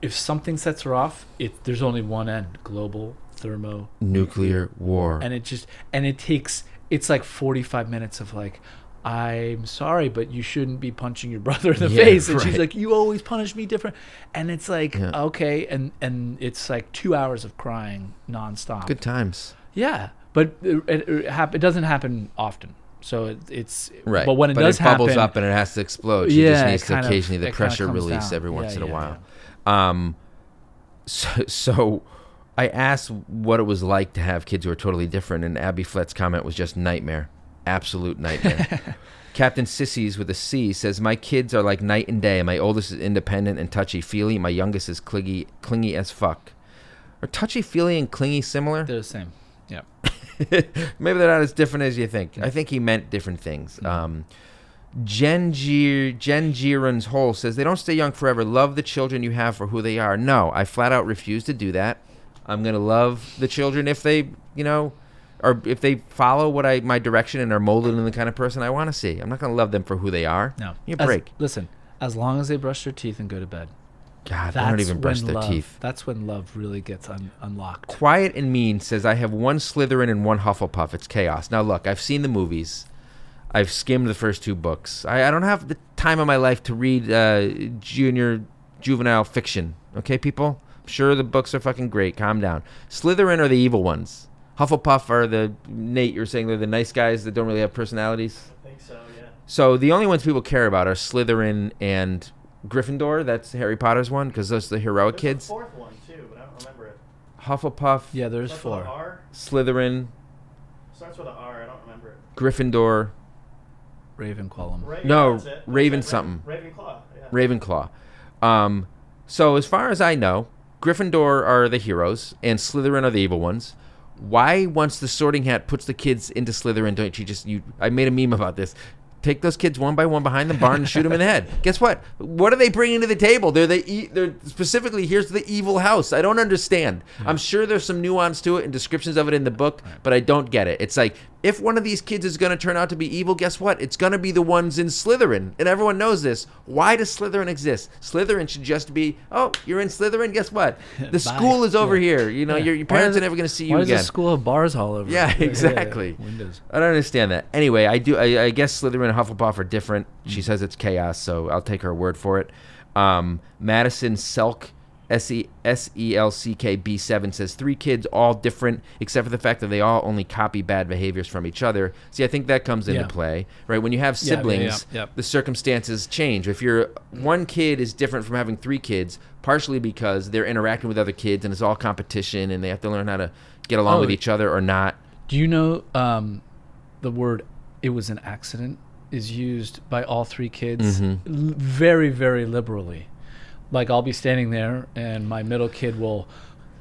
[SPEAKER 2] if something sets her off, it there's only one end: global thermo,
[SPEAKER 1] Nuclear war.
[SPEAKER 2] and it just and it takes it's like 45 minutes of like, I'm sorry, but you shouldn't be punching your (laughs) brother in the
[SPEAKER 1] Yeah,
[SPEAKER 2] face, and she's
[SPEAKER 1] right.
[SPEAKER 2] like, you always punish me different, and it's like
[SPEAKER 1] Yeah.
[SPEAKER 2] okay, and and it's like two hours of crying nonstop.
[SPEAKER 1] Good times.
[SPEAKER 2] Yeah, but it, it, it, hap- it doesn't happen often. So it, it's
[SPEAKER 1] Right.
[SPEAKER 2] But when it does
[SPEAKER 1] bubbles
[SPEAKER 2] happen,
[SPEAKER 1] up and it has to explode. She just
[SPEAKER 2] Yeah, it
[SPEAKER 1] needs to
[SPEAKER 2] kind of-
[SPEAKER 1] occasionally
[SPEAKER 2] it
[SPEAKER 1] the
[SPEAKER 2] kind of
[SPEAKER 1] pressure
[SPEAKER 2] comes
[SPEAKER 1] release
[SPEAKER 2] down.
[SPEAKER 1] every once
[SPEAKER 2] Yeah,
[SPEAKER 1] in a
[SPEAKER 2] yeah,
[SPEAKER 1] while. Um, so, so I asked what it was like to have kids who are totally different, and Abby Flett's comment was just nightmare, absolute
[SPEAKER 2] (laughs)
[SPEAKER 1] nightmare. Captain Sissies with a C says, "My kids are like night and day. My oldest is independent and touchy feely. My youngest is clingy, clingy as fuck." Are touchy feely and clingy similar?
[SPEAKER 2] They're the same. Yeah.
[SPEAKER 1] Maybe they're not as different as you think. I think he meant different things.
[SPEAKER 2] Mm-hmm.
[SPEAKER 1] Um, Jen Gir- Jen Giron's Hole says they don't stay young forever. Love the children you have for who they are. No, I flat out refuse to do that. I'm gonna love the children if they, you know, or if they follow what I my direction and are molded in the kind of person I want to see. I'm not gonna love them for who they are.
[SPEAKER 2] No.
[SPEAKER 1] you
[SPEAKER 2] As-
[SPEAKER 1] break.
[SPEAKER 2] Listen, as long as they brush their teeth and go to bed.
[SPEAKER 1] God, they
[SPEAKER 2] That's
[SPEAKER 1] don't even brush
[SPEAKER 2] when
[SPEAKER 1] their
[SPEAKER 2] love,
[SPEAKER 1] teeth.
[SPEAKER 2] That's when love really gets un- unlocked.
[SPEAKER 1] Quiet and Mean says, I have one Slytherin and one Hufflepuff. It's chaos. Now, look, I've seen the movies. I've skimmed the first two books. I, I don't have the time of my life to read uh, junior juvenile fiction. Okay, people? I'm sure the books are fucking great. Calm down. Slytherin are the evil ones. Hufflepuff are the, Nate, you're saying they're the nice guys that don't really have personalities?
[SPEAKER 3] I think so, yeah.
[SPEAKER 1] So the only ones people care about are Slytherin and Gryffindor. That's Harry Potter's one, because those are the heroic
[SPEAKER 3] There's A
[SPEAKER 1] kids.
[SPEAKER 3] fourth one too, but I don't remember it.
[SPEAKER 1] Hufflepuff,
[SPEAKER 2] Yeah, there's
[SPEAKER 3] Starts With a
[SPEAKER 2] four.
[SPEAKER 3] R?
[SPEAKER 1] Slytherin,
[SPEAKER 3] Starts with an R. I don't remember it.
[SPEAKER 1] Gryffindor,
[SPEAKER 2] Raven Quellum.
[SPEAKER 3] Raven,
[SPEAKER 1] No,
[SPEAKER 3] that's it. That's
[SPEAKER 1] Raven
[SPEAKER 3] it.
[SPEAKER 1] something.
[SPEAKER 3] Ravenclaw. Yeah.
[SPEAKER 1] Ravenclaw. Um, so as far as I know, Gryffindor are the heroes and Slytherin are the evil ones. Why once the Sorting Hat puts the kids into Slytherin, don't you just you? I made a meme about this. Take those kids one by one behind the barn and shoot them in the head. Guess what? What are they bringing to the table? They're the e- they're specifically here's the evil house. I don't understand. I'm sure there's some nuance to it and descriptions of it in the book, but I don't get it. It's like if one of these kids is going to turn out to be evil, guess what? It's going to be the ones in Slytherin, and everyone knows this. Why does Slytherin exist? Slytherin should just be, oh, you're in Slytherin. Guess
[SPEAKER 2] (laughs)
[SPEAKER 1] what? The
[SPEAKER 2] Bye.
[SPEAKER 1] school is over here. You know,
[SPEAKER 2] Yeah.
[SPEAKER 1] your, your
[SPEAKER 2] Why
[SPEAKER 1] parents
[SPEAKER 2] does-
[SPEAKER 1] are never going to see you
[SPEAKER 2] Why
[SPEAKER 1] again.
[SPEAKER 2] does a school have bars all over? (laughs)
[SPEAKER 1] Yeah,
[SPEAKER 2] it?
[SPEAKER 1] exactly.
[SPEAKER 2] Windows.
[SPEAKER 1] I don't understand that. Anyway, I do. I, I guess Slytherin and Hufflepuff are different.
[SPEAKER 2] Mm.
[SPEAKER 1] She says it's chaos, so I'll take her word for it. Um, Madison Selk, S E S E L C K B seven says three kids, all different, except for the fact that they all only copy bad behaviors from each other. See, I think that comes into
[SPEAKER 2] Yeah.
[SPEAKER 1] play, right? When you have
[SPEAKER 2] Yeah, yeah,
[SPEAKER 1] siblings,
[SPEAKER 2] yeah, yeah.
[SPEAKER 1] the circumstances change. If you're one kid is different from having three kids, partially because they're interacting with other kids and it's all competition, and they have to learn how to get along
[SPEAKER 2] Oh,
[SPEAKER 1] with each other or not.
[SPEAKER 2] Do you know um, the word "it was an accident" is used by all three kids
[SPEAKER 1] Mm-hmm.
[SPEAKER 2] l- very, very liberally. Like I'll be standing there, and my middle kid will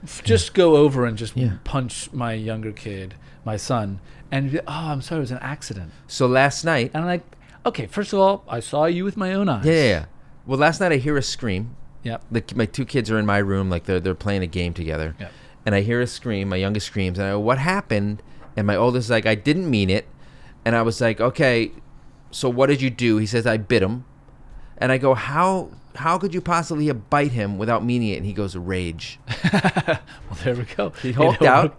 [SPEAKER 2] f- just go over and just punch my younger kid, my son, and be, oh, I'm sorry, it was an accident.
[SPEAKER 1] So last night,
[SPEAKER 2] And I'm like, okay, first of all, I saw you with my own eyes.
[SPEAKER 1] Yeah, yeah, yeah. Well, last night I hear a scream.
[SPEAKER 2] Yep. (laughs)
[SPEAKER 1] The, my two kids are in my room, like they're they're playing a game together,
[SPEAKER 2] Yep.
[SPEAKER 1] and I hear a scream. My youngest screams, and I go, "What happened?" And my oldest is like, "I didn't mean it," and I was like, "Okay, so what did you do?" He says, "I bit him," and I go, "How how could you possibly bite him without meaning it?" And he goes, "Rage."
[SPEAKER 2] Well, there we go. He
[SPEAKER 1] hulked out.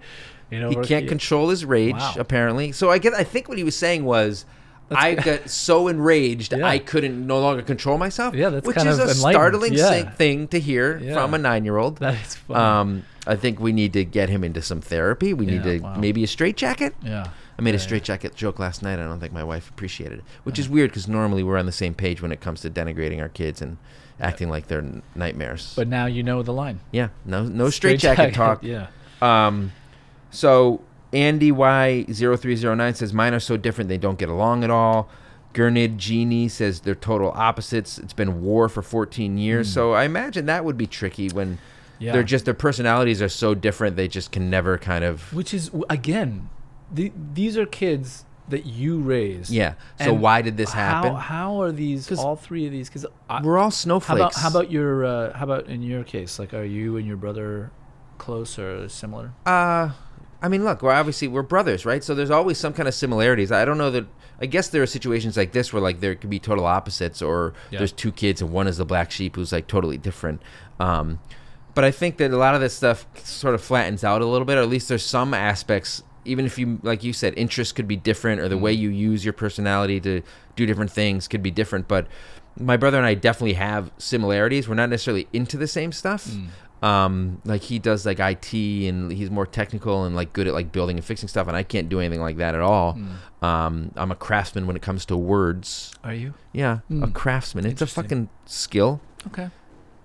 [SPEAKER 2] You know,
[SPEAKER 1] he
[SPEAKER 2] we're-
[SPEAKER 1] can't control his rage
[SPEAKER 2] Wow.
[SPEAKER 1] apparently so i get i think what he was saying was I got so enraged
[SPEAKER 2] Yeah.
[SPEAKER 1] I couldn't no longer control myself.
[SPEAKER 2] Yeah, that's
[SPEAKER 1] which
[SPEAKER 2] kind
[SPEAKER 1] is
[SPEAKER 2] of
[SPEAKER 1] a
[SPEAKER 2] enlightening.
[SPEAKER 1] startling
[SPEAKER 2] Yeah.
[SPEAKER 1] sing- thing to hear
[SPEAKER 2] Yeah.
[SPEAKER 1] from a nine-year-old.
[SPEAKER 2] That is funny.
[SPEAKER 1] Um, I think we need to get him into some therapy. We need
[SPEAKER 2] Yeah,
[SPEAKER 1] to
[SPEAKER 2] wow.
[SPEAKER 1] maybe a straitjacket.
[SPEAKER 2] yeah.
[SPEAKER 1] I made a
[SPEAKER 2] Yeah, yeah.
[SPEAKER 1] straitjacket joke last night. I don't think my wife appreciated it, which is weird because normally we're on the same page when it comes to denigrating our kids and acting like they're n- nightmares.
[SPEAKER 2] But now you know the line.
[SPEAKER 1] yeah, no, no straitjacket talk.
[SPEAKER 2] Yeah.
[SPEAKER 1] Um, so Andy Y0309 says, Mine are so different, they don't get along at all. Gernid Genie says, They're total opposites. It's been war for 14 years. So I imagine that would be tricky when
[SPEAKER 2] Hmm. Yeah.
[SPEAKER 1] they're just, their personalities are so different, they just can never kind of.
[SPEAKER 2] Which is w- again, the, these are kids that you raised.
[SPEAKER 1] Yeah. So
[SPEAKER 2] And
[SPEAKER 1] why did this happen?
[SPEAKER 2] How, how are these?
[SPEAKER 1] 'Cause-
[SPEAKER 2] All three of these? Because
[SPEAKER 1] We're all
[SPEAKER 2] how
[SPEAKER 1] snowflakes.
[SPEAKER 2] about how about your uh, how about in your case? Like, are you and your brother close or similar?
[SPEAKER 1] Uh, I mean, look, we're obviously we're brothers, right? So there's always some kind of similarities. I don't know that. I guess there are situations like this where like there could be total opposites, or
[SPEAKER 2] Yeah.
[SPEAKER 1] there's two kids and one is the black sheep who's like totally different. Um, but I think that a lot of this stuff sort of flattens out a little bit, or at least there's some aspects. Even if you, like you said, interests could be different, or the way you use your personality to do different things could be different. But my brother and I definitely have similarities. We're not necessarily into the same stuff
[SPEAKER 2] Hmm.
[SPEAKER 1] um like he does like IT and he's more technical and like good at like building and fixing stuff and I can't do anything like that at all.
[SPEAKER 2] Hmm. Mm.
[SPEAKER 1] Um I'm a craftsman when it comes to words.
[SPEAKER 2] Are you
[SPEAKER 1] Yeah, a
[SPEAKER 2] Mm.
[SPEAKER 1] craftsman. It's a
[SPEAKER 2] Interesting.
[SPEAKER 1] fucking skill.
[SPEAKER 2] okay?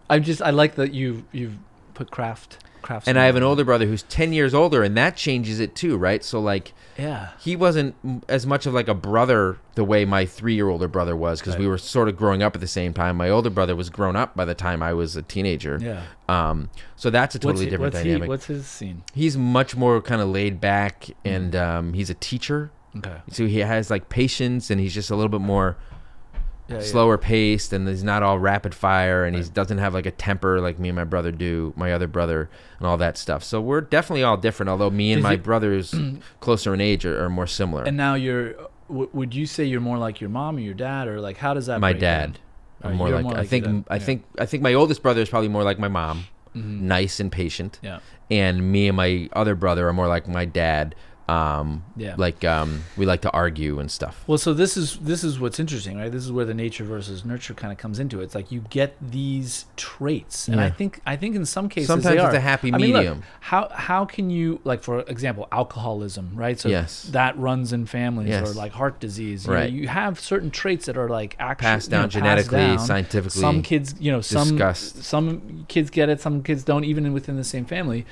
[SPEAKER 2] I just I like that you you've put craft crafts.
[SPEAKER 1] And I have an older brother who's 10 years older and that changes it too, right? So like
[SPEAKER 2] yeah.
[SPEAKER 1] he wasn't m- as much of like a brother the way my 3-year-older brother was because we
[SPEAKER 2] Right.
[SPEAKER 1] were sort of growing up at the same time. My older brother was grown up by the time I was a teenager.
[SPEAKER 2] Yeah.
[SPEAKER 1] Um so that's a totally
[SPEAKER 2] he-
[SPEAKER 1] different
[SPEAKER 2] what's
[SPEAKER 1] dynamic.
[SPEAKER 2] He, what's his scene?
[SPEAKER 1] he's much more kind of laid back and um, he's a teacher
[SPEAKER 2] Okay.
[SPEAKER 1] so he has like patience and he's just a little bit more
[SPEAKER 2] Yeah, yeah.
[SPEAKER 1] slower paced and he's not all rapid fire and he's he doesn't have like a temper like me and my brother do my other brother and all that stuff so we're definitely all different although me and
[SPEAKER 2] Does
[SPEAKER 1] my
[SPEAKER 2] it- (clears throat)
[SPEAKER 1] brothers closer in age are, are more similar
[SPEAKER 2] And now you're. uh, W- would you say you're more like your mom or your dad, or like how does that?
[SPEAKER 1] my
[SPEAKER 2] break down?
[SPEAKER 1] dad I'm
[SPEAKER 2] Alright,
[SPEAKER 1] more
[SPEAKER 2] you're
[SPEAKER 1] like,
[SPEAKER 2] more
[SPEAKER 1] i
[SPEAKER 2] like
[SPEAKER 1] think
[SPEAKER 2] your dad,
[SPEAKER 1] i
[SPEAKER 2] yeah.
[SPEAKER 1] think i think my oldest brother is probably more like my mom
[SPEAKER 2] Mhm.
[SPEAKER 1] nice and patient
[SPEAKER 2] Yeah.
[SPEAKER 1] and me and my other brother are more like my dad um
[SPEAKER 2] Yeah.
[SPEAKER 1] like um we like to argue and stuff
[SPEAKER 2] Well, so this is this is what's interesting, right? This is where the nature versus nurture kind of comes into it. It's like you get these traits, and I
[SPEAKER 1] Yeah.
[SPEAKER 2] think I think in some cases they
[SPEAKER 1] Sometimes it's
[SPEAKER 2] are.
[SPEAKER 1] a happy
[SPEAKER 2] I mean, look,
[SPEAKER 1] medium.
[SPEAKER 2] how how can you like for example alcoholism, right? So
[SPEAKER 1] Yes.
[SPEAKER 2] that runs in families,
[SPEAKER 1] Yes.
[SPEAKER 2] or like heart disease. You, know,
[SPEAKER 1] Right.
[SPEAKER 2] you have certain traits that are like actually
[SPEAKER 1] Passed down genetically, scientifically,
[SPEAKER 2] Some kids, you know, some
[SPEAKER 1] discussed.
[SPEAKER 2] some kids get it, some kids don't, even within the same family.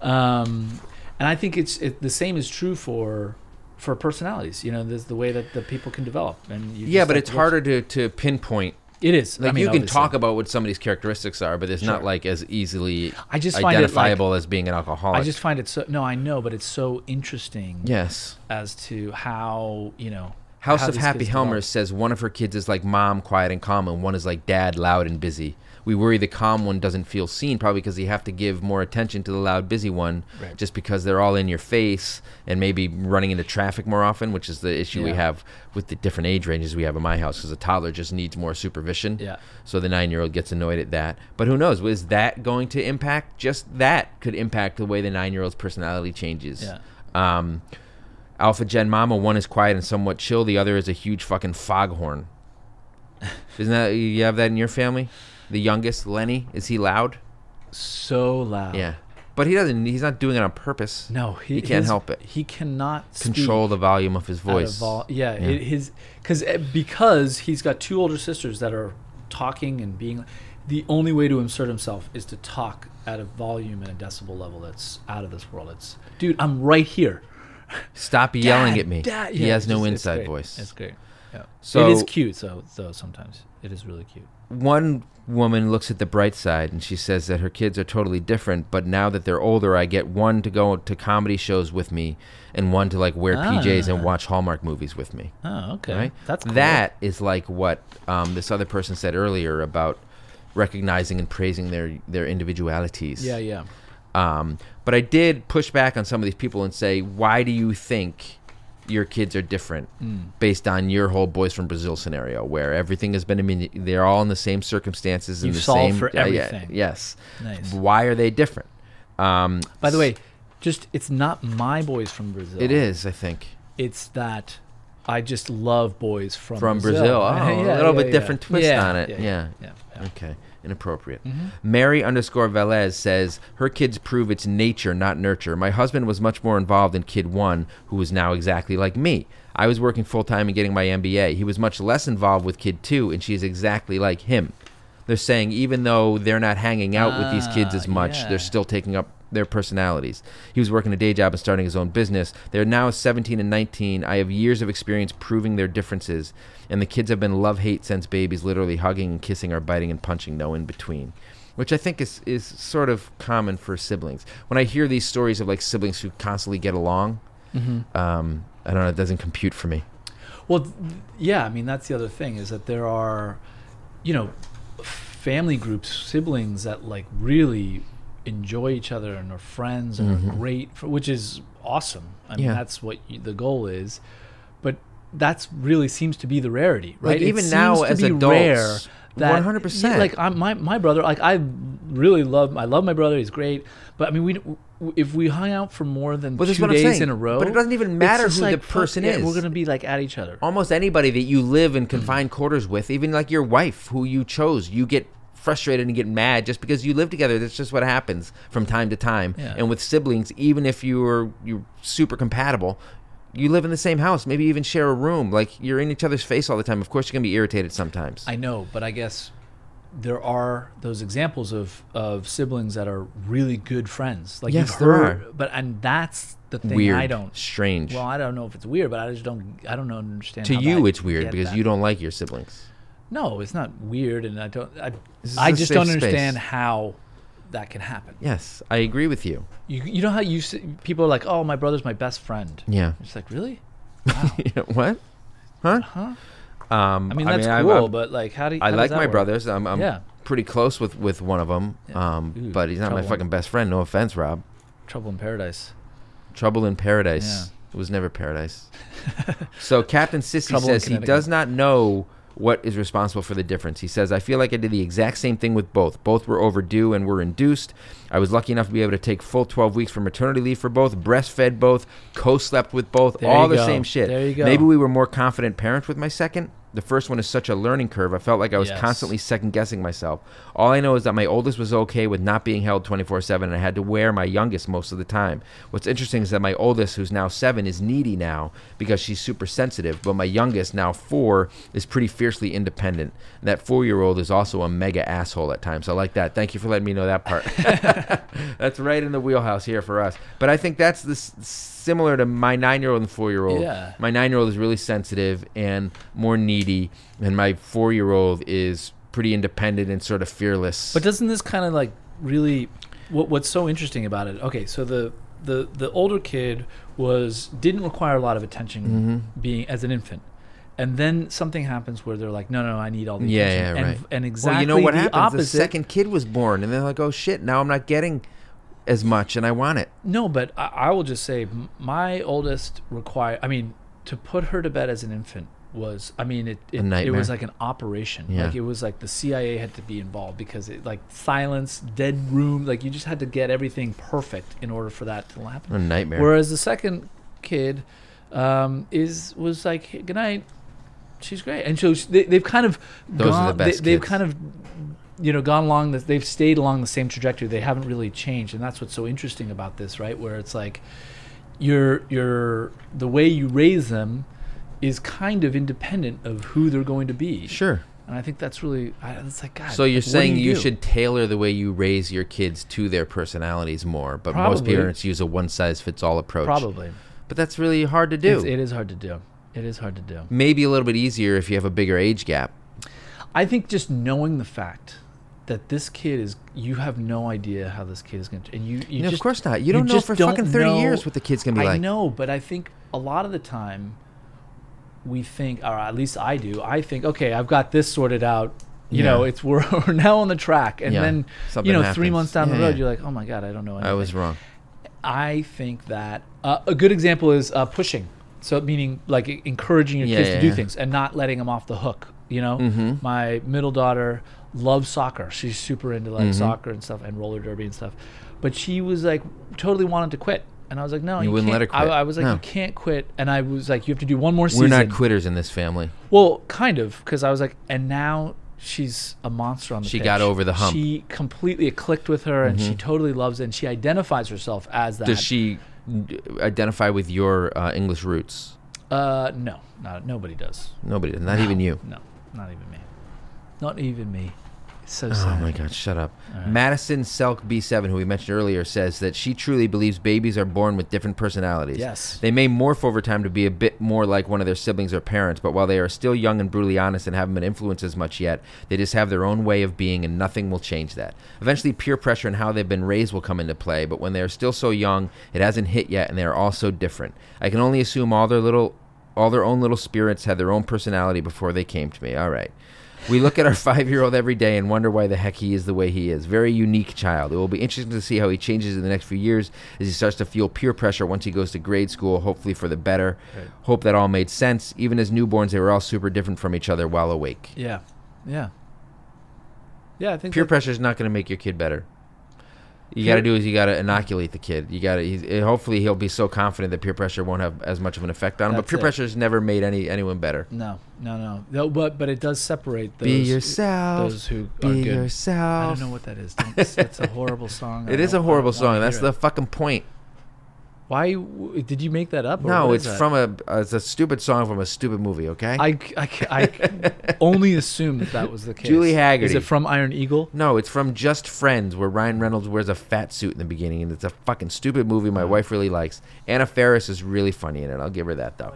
[SPEAKER 2] Um, and I think it's it, the same is true for for personalities. You know, there's the way that the people can develop. And you
[SPEAKER 1] yeah
[SPEAKER 2] just
[SPEAKER 1] but
[SPEAKER 2] have
[SPEAKER 1] it's
[SPEAKER 2] to watch-
[SPEAKER 1] harder to, to pinpoint
[SPEAKER 2] It is.
[SPEAKER 1] like
[SPEAKER 2] I mean,
[SPEAKER 1] you can
[SPEAKER 2] obviously.
[SPEAKER 1] talk about what somebody's characteristics are but it's not
[SPEAKER 2] Sure.
[SPEAKER 1] like as easily
[SPEAKER 2] I just find it, like-
[SPEAKER 1] identifiable as being an alcoholic
[SPEAKER 2] I just find it so. No, I know, but it's so interesting
[SPEAKER 1] yes
[SPEAKER 2] as to how you know.
[SPEAKER 1] house
[SPEAKER 2] how
[SPEAKER 1] of
[SPEAKER 2] these
[SPEAKER 1] happy
[SPEAKER 2] kids
[SPEAKER 1] helmers
[SPEAKER 2] develop.
[SPEAKER 1] says one of her kids is like mom quiet and calm and one is like dad loud and busy we worry the calm one doesn't feel seen probably because you have to give more attention to the loud busy one
[SPEAKER 2] Right.
[SPEAKER 1] just because they're all in your face and maybe running into traffic more often which is the issue we
[SPEAKER 2] Yeah.
[SPEAKER 1] have with the different age ranges we have in my house because a toddler just needs more supervision
[SPEAKER 2] Yeah.
[SPEAKER 1] So the nine year old gets annoyed at that. But who knows? Is that going to impact? Just that could impact the way the nine year old's personality changes.
[SPEAKER 2] Yeah.
[SPEAKER 1] Um, Alpha Gen Mama, one is quiet and somewhat chill, the other is a huge fucking
[SPEAKER 2] (laughs)
[SPEAKER 1] foghorn. Isn't that, you have that in your family? The youngest, Lenny, is he loud?
[SPEAKER 2] so loud.
[SPEAKER 1] Yeah. But he doesn't, he's not doing it on purpose.
[SPEAKER 2] No, he,
[SPEAKER 1] He can't
[SPEAKER 2] his-
[SPEAKER 1] help it.
[SPEAKER 2] He cannot speak
[SPEAKER 1] Control the volume of his
[SPEAKER 2] out of
[SPEAKER 1] voice.
[SPEAKER 2] vol- yeah, It, his because because he's got two older sisters that are talking and being. The only way to insert himself is to talk at a volume and a decibel level that's out of this world. It's dude, I'm right here.
[SPEAKER 1] Stop yelling
[SPEAKER 2] Dad,
[SPEAKER 1] at me.
[SPEAKER 2] Dad.
[SPEAKER 1] he
[SPEAKER 2] Yeah,
[SPEAKER 1] has
[SPEAKER 2] it's
[SPEAKER 1] no
[SPEAKER 2] just- it's
[SPEAKER 1] inside
[SPEAKER 2] great.
[SPEAKER 1] voice.
[SPEAKER 2] It's great. Yeah.
[SPEAKER 1] So-
[SPEAKER 2] it is cute, though. Though sometimes it is really cute.
[SPEAKER 1] one woman looks at the bright side and she says that her kids are totally different but now that they're older i get one to go to comedy shows with me and one to like wear pjs and
[SPEAKER 2] Ah.
[SPEAKER 1] watch hallmark movies with me
[SPEAKER 2] Oh, okay.
[SPEAKER 1] right
[SPEAKER 2] That's cool.
[SPEAKER 1] that is like what um, this other person said earlier about recognizing and praising their their individualities
[SPEAKER 2] Yeah, yeah.
[SPEAKER 1] um, but I did push back on some of these people and say, why do you think your kids are different
[SPEAKER 2] Hmm.
[SPEAKER 1] based on your whole boys from Brazil scenario, where everything has been, I mean, they're all in the same circumstances and
[SPEAKER 2] You
[SPEAKER 1] the
[SPEAKER 2] solve
[SPEAKER 1] same.
[SPEAKER 2] for
[SPEAKER 1] yeah, yeah,
[SPEAKER 2] everything.
[SPEAKER 1] yes.
[SPEAKER 2] Nice.
[SPEAKER 1] Why are they different? Um,
[SPEAKER 2] By the way, just it's not my boys from Brazil.
[SPEAKER 1] it is, I think,
[SPEAKER 2] It's that I just love boys from
[SPEAKER 1] from Brazil.
[SPEAKER 2] Brazil. (laughs)
[SPEAKER 1] Oh, a
[SPEAKER 2] Yeah,
[SPEAKER 1] little
[SPEAKER 2] yeah,
[SPEAKER 1] bit
[SPEAKER 2] yeah.
[SPEAKER 1] different twist
[SPEAKER 2] Yeah,
[SPEAKER 1] on it.
[SPEAKER 2] yeah,
[SPEAKER 1] yeah.
[SPEAKER 2] yeah, yeah.
[SPEAKER 1] Okay. Inappropriate. Mary underscore Velez says her kids prove it's nature, not nurture. My husband was much more involved in kid one, who is now exactly like me. I was working full time and getting my MBA. He was much less involved with kid two, and she is exactly like him. They're saying even though they're not hanging out with these kids
[SPEAKER 2] Ah,
[SPEAKER 1] as much,
[SPEAKER 2] yeah.
[SPEAKER 1] they're still taking up. their personalities. He was working a day job and starting his own business. They're now 17 and 19. I have years of experience proving their differences, and the kids have been love hate since babies, literally hugging and kissing or biting and punching, no in between. Which I think is, is sort of common for siblings. When I hear these stories of like siblings who constantly get along,
[SPEAKER 2] Mm-hmm.
[SPEAKER 1] um, I don't know, it doesn't compute for me.
[SPEAKER 2] Well, th- yeah, I mean that's the other thing is that there are, you know, family groups, siblings that like really enjoy each other and are friends and are great, for, which is awesome. I mean
[SPEAKER 1] Mm-hmm. Yeah.
[SPEAKER 2] that's what you, the goal is, but that's really seems to be the rarity, right?
[SPEAKER 1] even now
[SPEAKER 2] seems to
[SPEAKER 1] as
[SPEAKER 2] be
[SPEAKER 1] adults, 100%.
[SPEAKER 2] Like I'm, my my brother, like I really love I love my brother. He's great, but I mean we d- if we hung out for more than
[SPEAKER 1] Well, that's
[SPEAKER 2] two
[SPEAKER 1] what I'm
[SPEAKER 2] days
[SPEAKER 1] saying.
[SPEAKER 2] in a row,
[SPEAKER 1] But it doesn't even
[SPEAKER 2] it's
[SPEAKER 1] matter
[SPEAKER 2] just
[SPEAKER 1] who the
[SPEAKER 2] fuck
[SPEAKER 1] person
[SPEAKER 2] yeah,
[SPEAKER 1] is.
[SPEAKER 2] We're gonna be like at each other.
[SPEAKER 1] almost anybody that you live
[SPEAKER 2] Mm.
[SPEAKER 1] in confined quarters with, even like your wife who you chose, you get frustrated and get mad just because you live together. That's just what happens from time to time.
[SPEAKER 2] Yeah.
[SPEAKER 1] And with siblings, even if you're you're super compatible, you live in the same house, maybe even share a room. Like you're in each other's face all the time. Of course, you're gonna be irritated sometimes.
[SPEAKER 2] I know, but I guess there are those examples of of siblings that are really good friends. Like
[SPEAKER 1] Yes,
[SPEAKER 2] you've
[SPEAKER 1] there
[SPEAKER 2] heard,
[SPEAKER 1] are.
[SPEAKER 2] but and that's the thing
[SPEAKER 1] weird,
[SPEAKER 2] I don't.
[SPEAKER 1] strange.
[SPEAKER 2] Well, I don't know if it's weird, but I just don't. I don't know- understand.
[SPEAKER 1] to
[SPEAKER 2] how
[SPEAKER 1] you,
[SPEAKER 2] that-
[SPEAKER 1] it's weird
[SPEAKER 2] get
[SPEAKER 1] because
[SPEAKER 2] that.
[SPEAKER 1] you don't like your siblings.
[SPEAKER 2] No, it's not weird, and I don't. I,
[SPEAKER 1] is
[SPEAKER 2] I
[SPEAKER 1] a
[SPEAKER 2] just
[SPEAKER 1] safe
[SPEAKER 2] don't
[SPEAKER 1] space.
[SPEAKER 2] understand how that can happen.
[SPEAKER 1] Yes, I agree with you.
[SPEAKER 2] You you know how you s- people are like, oh, my brother's my best friend.
[SPEAKER 1] Yeah.
[SPEAKER 2] It's like really,
[SPEAKER 1] (laughs) what? Huh?
[SPEAKER 2] huh?
[SPEAKER 1] Um,
[SPEAKER 2] I mean that's
[SPEAKER 1] I'm-
[SPEAKER 2] cool,
[SPEAKER 1] I'm-
[SPEAKER 2] but like, how do you?
[SPEAKER 1] I
[SPEAKER 2] how does
[SPEAKER 1] like
[SPEAKER 2] that
[SPEAKER 1] my
[SPEAKER 2] work?
[SPEAKER 1] brothers. I'm, I'm
[SPEAKER 2] Yeah.
[SPEAKER 1] pretty close with, with one of them,
[SPEAKER 2] Yeah.
[SPEAKER 1] um,
[SPEAKER 2] Ooh,
[SPEAKER 1] but he's not my
[SPEAKER 2] trouble.
[SPEAKER 1] fucking best friend. No offense, Rob.
[SPEAKER 2] Trouble in Paradise.
[SPEAKER 1] Trouble in Paradise.
[SPEAKER 2] Yeah.
[SPEAKER 1] It was never paradise. (laughs) so Captain Sissy
[SPEAKER 2] Trouble in
[SPEAKER 1] says he
[SPEAKER 2] Connecticut.
[SPEAKER 1] does not know what is responsible for the difference. He says, I feel like I did the exact same thing with both. Both were overdue and were induced. I was lucky enough to be able to take full 12 weeks for maternity leave for both, breastfed both, co slept with both,
[SPEAKER 2] There
[SPEAKER 1] all
[SPEAKER 2] you
[SPEAKER 1] the
[SPEAKER 2] go.
[SPEAKER 1] same shit.
[SPEAKER 2] There you go.
[SPEAKER 1] Maybe we were more confident parents with my second. The first one is such a learning curve. I felt like I was
[SPEAKER 2] Yes.
[SPEAKER 1] constantly second guessing myself. All I know is that my oldest was okay with not being held 24 7, and I had to wear my youngest most of the time. What's interesting is that my oldest, who's now seven, is needy now because she's super sensitive, but my youngest, now four, is pretty fiercely independent. And that four year old is also a mega asshole at times. I like that. Thank you for letting me know that part. that's right in the wheelhouse here for us. But I think that's this, similar to my nine year old and four year old.
[SPEAKER 2] Yeah.
[SPEAKER 1] My nine year old is really sensitive and more needy, and my four year old is pretty independent and sort of fearless.
[SPEAKER 2] But doesn't this kind of like really what what's so interesting about it? Okay, so the the the older kid was didn't require a lot of attention
[SPEAKER 1] Mm-hmm.
[SPEAKER 2] being as an infant. And then something happens where they're like, no, no, I need all the
[SPEAKER 1] yeah, yeah,
[SPEAKER 2] attention.
[SPEAKER 1] right.
[SPEAKER 2] and, And exactly
[SPEAKER 1] well, you know what
[SPEAKER 2] the
[SPEAKER 1] happens?
[SPEAKER 2] opposite.
[SPEAKER 1] The second kid was born, and they're like, "Oh shit! Now I'm not getting as much, and I want it."
[SPEAKER 2] No, but I, I will just say m- my oldest require. I mean, to put her to bed as an infant was. I mean, it it, it
[SPEAKER 1] nightmare.
[SPEAKER 2] was like an operation.
[SPEAKER 1] Yeah.
[SPEAKER 2] Like it was like the CIA had to be involved because it like silence, dead room. Like you just had to get everything perfect in order for that to happen.
[SPEAKER 1] What a nightmare.
[SPEAKER 2] Whereas the second kid um, is was like, "Hey, good night. She's great, and so she- they, they've kind of
[SPEAKER 1] Those are
[SPEAKER 2] gone.
[SPEAKER 1] the best
[SPEAKER 2] they, have
[SPEAKER 1] kids.
[SPEAKER 2] kind of you know gone along. The, they've stayed along the same trajectory. They haven't really changed, and that's what's so interesting about this, right? Where it's like your your the way you raise them is kind of independent of who they're going to be.
[SPEAKER 1] sure.
[SPEAKER 2] And I think that's really I, it's like God.
[SPEAKER 1] So you're
[SPEAKER 2] like, what do
[SPEAKER 1] saying you,
[SPEAKER 2] do?
[SPEAKER 1] should tailor the way you raise your kids to their personalities more, but most
[SPEAKER 2] Probably.
[SPEAKER 1] parents use a one size fits all approach.
[SPEAKER 2] probably
[SPEAKER 1] But that's really hard to do.
[SPEAKER 2] it's, it is hard to do. It is hard to do.
[SPEAKER 1] Maybe a little bit easier if you have a bigger age gap.
[SPEAKER 2] I think just knowing the fact that this kid is you have no idea how this kid is going to and you, you
[SPEAKER 1] No, of
[SPEAKER 2] just,
[SPEAKER 1] course not. You don't know
[SPEAKER 2] just
[SPEAKER 1] for fucking 30 years what the kid's gonna be
[SPEAKER 2] I
[SPEAKER 1] like.
[SPEAKER 2] know, but I think a lot of the time we think or at least I do. I think okay, I've got this sorted out. You
[SPEAKER 1] Yeah.
[SPEAKER 2] know, it's we're, (laughs) we're now on the track and
[SPEAKER 1] Yeah.
[SPEAKER 2] then
[SPEAKER 1] Something
[SPEAKER 2] you know, 3
[SPEAKER 1] happens.
[SPEAKER 2] months down
[SPEAKER 1] Yeah,
[SPEAKER 2] the road
[SPEAKER 1] yeah.
[SPEAKER 2] you're like, "Oh my god, I don't know anything."
[SPEAKER 1] I was wrong.
[SPEAKER 2] I think that uh, a good example is uh, pushing. So meaning like e- encouraging your
[SPEAKER 1] Yeah,
[SPEAKER 2] kids
[SPEAKER 1] yeah,
[SPEAKER 2] to do
[SPEAKER 1] yeah. Mm-hmm.
[SPEAKER 2] things and not letting them off the hook. You know, my middle daughter loves soccer. She's super into
[SPEAKER 1] Mm-hmm.
[SPEAKER 2] like soccer and stuff and roller derby and stuff. But she was like totally wanted to quit, and I was like, no, you,
[SPEAKER 1] wouldn't let
[SPEAKER 2] can't."
[SPEAKER 1] her quit.
[SPEAKER 2] I, I was like,
[SPEAKER 1] No.
[SPEAKER 2] you can't quit, and I was like, you have to do one more
[SPEAKER 1] We're
[SPEAKER 2] season.
[SPEAKER 1] not quitters in this family.
[SPEAKER 2] Well, kind of, because I was like, and now she's a monster on the
[SPEAKER 1] She
[SPEAKER 2] pitch.
[SPEAKER 1] got over the hump. Mm-hmm.
[SPEAKER 2] She completely it clicked with her, and she totally loves it. And she identifies herself as that.
[SPEAKER 1] Does she n- identify with your uh, English roots?
[SPEAKER 2] Uh, no, not nobody does.
[SPEAKER 1] Nobody, not even you.
[SPEAKER 2] No, not even me. Not even me. So
[SPEAKER 1] Oh
[SPEAKER 2] sad.
[SPEAKER 1] my God, shut up.
[SPEAKER 2] All right.
[SPEAKER 1] Madison Selk B7, who we mentioned earlier, says that she truly believes babies are born with different personalities.
[SPEAKER 2] Yes.
[SPEAKER 1] They may morph over time to be a bit more like one of their siblings or parents, but while they are still young and brutally honest and haven't been influenced as much yet, they just have their own way of being and nothing will change that. Eventually, peer pressure and how they've been raised will come into play, but when they are still so young, it hasn't hit yet and they are all so different. I can only assume all their little. All their own little spirits had their own personality before they came to me. All right. We look at our (laughs) five year old every day and wonder why the heck he is the way he is. Very unique child. It will be interesting to see how he changes in the next few years as he starts to feel peer pressure once he goes to grade school, hopefully for the better.
[SPEAKER 2] Right.
[SPEAKER 1] Hope that all made sense. Even as newborns, they were all super different from each other while awake.
[SPEAKER 2] Yeah. Yeah. Yeah, I think
[SPEAKER 1] Peer
[SPEAKER 2] that-
[SPEAKER 1] pressure is not going to make your kid better. You
[SPEAKER 2] Peer-
[SPEAKER 1] got to do is you got to inoculate the kid. You got to. Hopefully, he'll be so confident that peer pressure won't have as much of an effect on him. but
[SPEAKER 2] That's
[SPEAKER 1] peer
[SPEAKER 2] it.
[SPEAKER 1] pressure has never made any anyone better.
[SPEAKER 2] No, no, no. No, but but it does separate those
[SPEAKER 1] be yourself.
[SPEAKER 2] those who are
[SPEAKER 1] be
[SPEAKER 2] good.
[SPEAKER 1] yourself.
[SPEAKER 2] I don't know what that is. Don't- It's it's
[SPEAKER 1] (laughs)
[SPEAKER 2] a horrible song. I
[SPEAKER 1] It is a
[SPEAKER 2] don't- I
[SPEAKER 1] horrible
[SPEAKER 2] don't wanna
[SPEAKER 1] song. That's
[SPEAKER 2] hear
[SPEAKER 1] the
[SPEAKER 2] it.
[SPEAKER 1] fucking point.
[SPEAKER 2] Why w- did you make that up? or
[SPEAKER 1] No,
[SPEAKER 2] what is
[SPEAKER 1] it's
[SPEAKER 2] that?
[SPEAKER 1] from a uh, it's a stupid song from a stupid movie. Okay.
[SPEAKER 2] I, c- I c-
[SPEAKER 1] (laughs)
[SPEAKER 2] I c- only assumed that that was the case.
[SPEAKER 1] Julie
[SPEAKER 2] Is
[SPEAKER 1] Haggerty.
[SPEAKER 2] it from Iron Eagle?
[SPEAKER 1] no, it's from Just Friends, where Ryan Reynolds wears a fat suit in the beginning, and it's a fucking stupid movie.
[SPEAKER 2] Hmm.
[SPEAKER 1] My wife really likes. Anna Faris is really funny in it. I'll give her that though.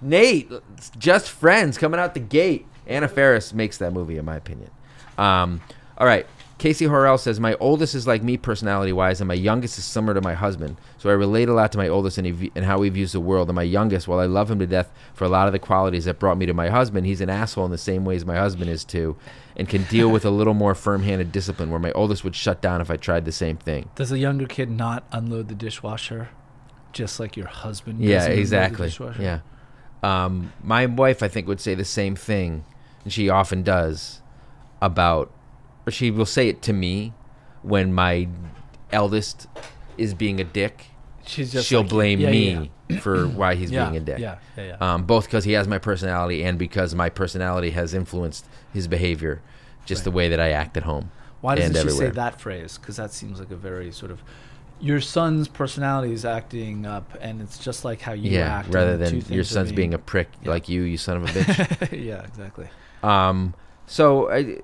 [SPEAKER 1] Nate, it's Just Friends coming out the gate. Anna Faris makes that movie, in my opinion. Um, all right. Casey Horrell says, My oldest is like me personality wise, and my youngest is similar to my husband. So I relate a lot to my oldest and, he, v- and how he views the world. And my youngest, while I love him to death for a lot of the qualities that brought me to my husband, he's an asshole in the same ways my husband is too, and can deal with a little more firm handed discipline where my oldest would shut down if I tried the same thing.
[SPEAKER 2] Does the younger kid not unload the dishwasher, just like your husband?
[SPEAKER 1] Yeah,
[SPEAKER 2] doesn't unload the
[SPEAKER 1] exactly.
[SPEAKER 2] dishwasher?
[SPEAKER 1] Yeah. Um, my wife, I think, would say the same thing, and she often does about, or she will say it to me when my eldest is being a dick.
[SPEAKER 2] She's just
[SPEAKER 1] She'll
[SPEAKER 2] like,
[SPEAKER 1] blame
[SPEAKER 2] yeah,
[SPEAKER 1] me
[SPEAKER 2] yeah, yeah.
[SPEAKER 1] for
[SPEAKER 2] (clears throat)
[SPEAKER 1] why he's
[SPEAKER 2] Yeah,
[SPEAKER 1] being a dick.
[SPEAKER 2] Yeah, yeah, yeah.
[SPEAKER 1] Um, both because he has my personality and because my personality has influenced his behavior, just the way that I act at home.
[SPEAKER 2] Why
[SPEAKER 1] and
[SPEAKER 2] doesn't she
[SPEAKER 1] everywhere.
[SPEAKER 2] say that phrase? Because that seems like a very sort of your son's personality is acting up, and it's just like how you
[SPEAKER 1] yeah,
[SPEAKER 2] act. and
[SPEAKER 1] rather
[SPEAKER 2] the
[SPEAKER 1] than
[SPEAKER 2] two
[SPEAKER 1] your
[SPEAKER 2] things are
[SPEAKER 1] son's being a prick
[SPEAKER 2] Yeah.
[SPEAKER 1] like you, you son of a (laughs) bitch.
[SPEAKER 2] (laughs) yeah, exactly.
[SPEAKER 1] Um, so I,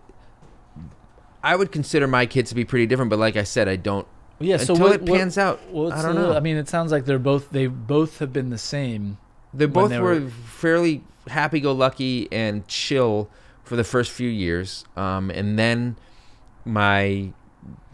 [SPEAKER 1] I would consider my kids to be pretty different, but like I said, I don't.
[SPEAKER 2] Well, yeah.
[SPEAKER 1] Until
[SPEAKER 2] so what,
[SPEAKER 1] it
[SPEAKER 2] what-
[SPEAKER 1] pans out,
[SPEAKER 2] what's
[SPEAKER 1] I don't
[SPEAKER 2] the-
[SPEAKER 1] know.
[SPEAKER 2] I mean, it sounds like they're both they both have been the same.
[SPEAKER 1] They
[SPEAKER 2] when
[SPEAKER 1] both
[SPEAKER 2] they
[SPEAKER 1] were,
[SPEAKER 2] were-
[SPEAKER 1] fairly happy-go-lucky and chill for the first few years, um, and then my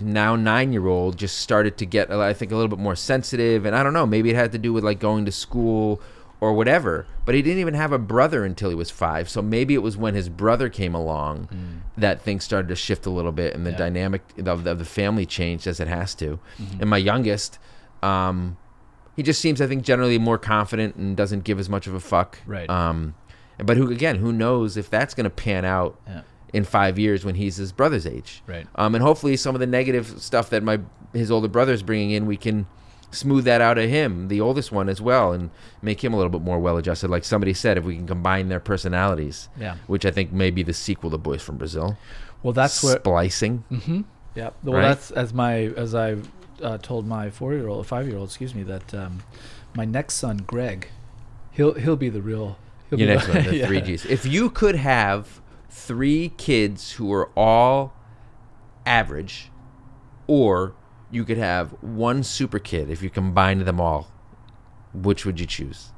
[SPEAKER 1] now nine-year-old just started to get, I think, a little bit more sensitive, and I don't know, maybe it had to do with like going to school or whatever. But he didn't even have a brother until he was five, so maybe it was when his brother came along that things started to shift a little bit and the
[SPEAKER 2] Yeah.
[SPEAKER 1] dynamic of the, of the family changed as it has to.
[SPEAKER 2] Mm-hmm.
[SPEAKER 1] And my youngest, um, he just seems, I think, generally more confident and doesn't give as much of a fuck.
[SPEAKER 2] Right.
[SPEAKER 1] Um, but who again? Who knows if that's going to pan out
[SPEAKER 2] Yeah.
[SPEAKER 1] in five years when he's his brother's age?
[SPEAKER 2] Right.
[SPEAKER 1] Um, and hopefully, some of the negative stuff that my his older brother's bringing in, we can smooth that out of him, the oldest one as well, and make him a little bit more well adjusted. Like somebody said, if we can combine their personalities,
[SPEAKER 2] Yeah.
[SPEAKER 1] which I think may be the sequel to Boys from Brazil.
[SPEAKER 2] Well, that's where.
[SPEAKER 1] splicing.
[SPEAKER 2] Mm-hmm. Yeah. Well,
[SPEAKER 1] Right?
[SPEAKER 2] that's as my as I uh, told my four year old, five year old, excuse me, that um, my next son Greg, he'll he'll be the real. He'll
[SPEAKER 1] Your
[SPEAKER 2] be
[SPEAKER 1] next
[SPEAKER 2] (laughs)
[SPEAKER 1] one, the
[SPEAKER 2] yeah.
[SPEAKER 1] three Gs. If you could have three kids who are all average, or you could have one super kid if you combined them all, which would you choose?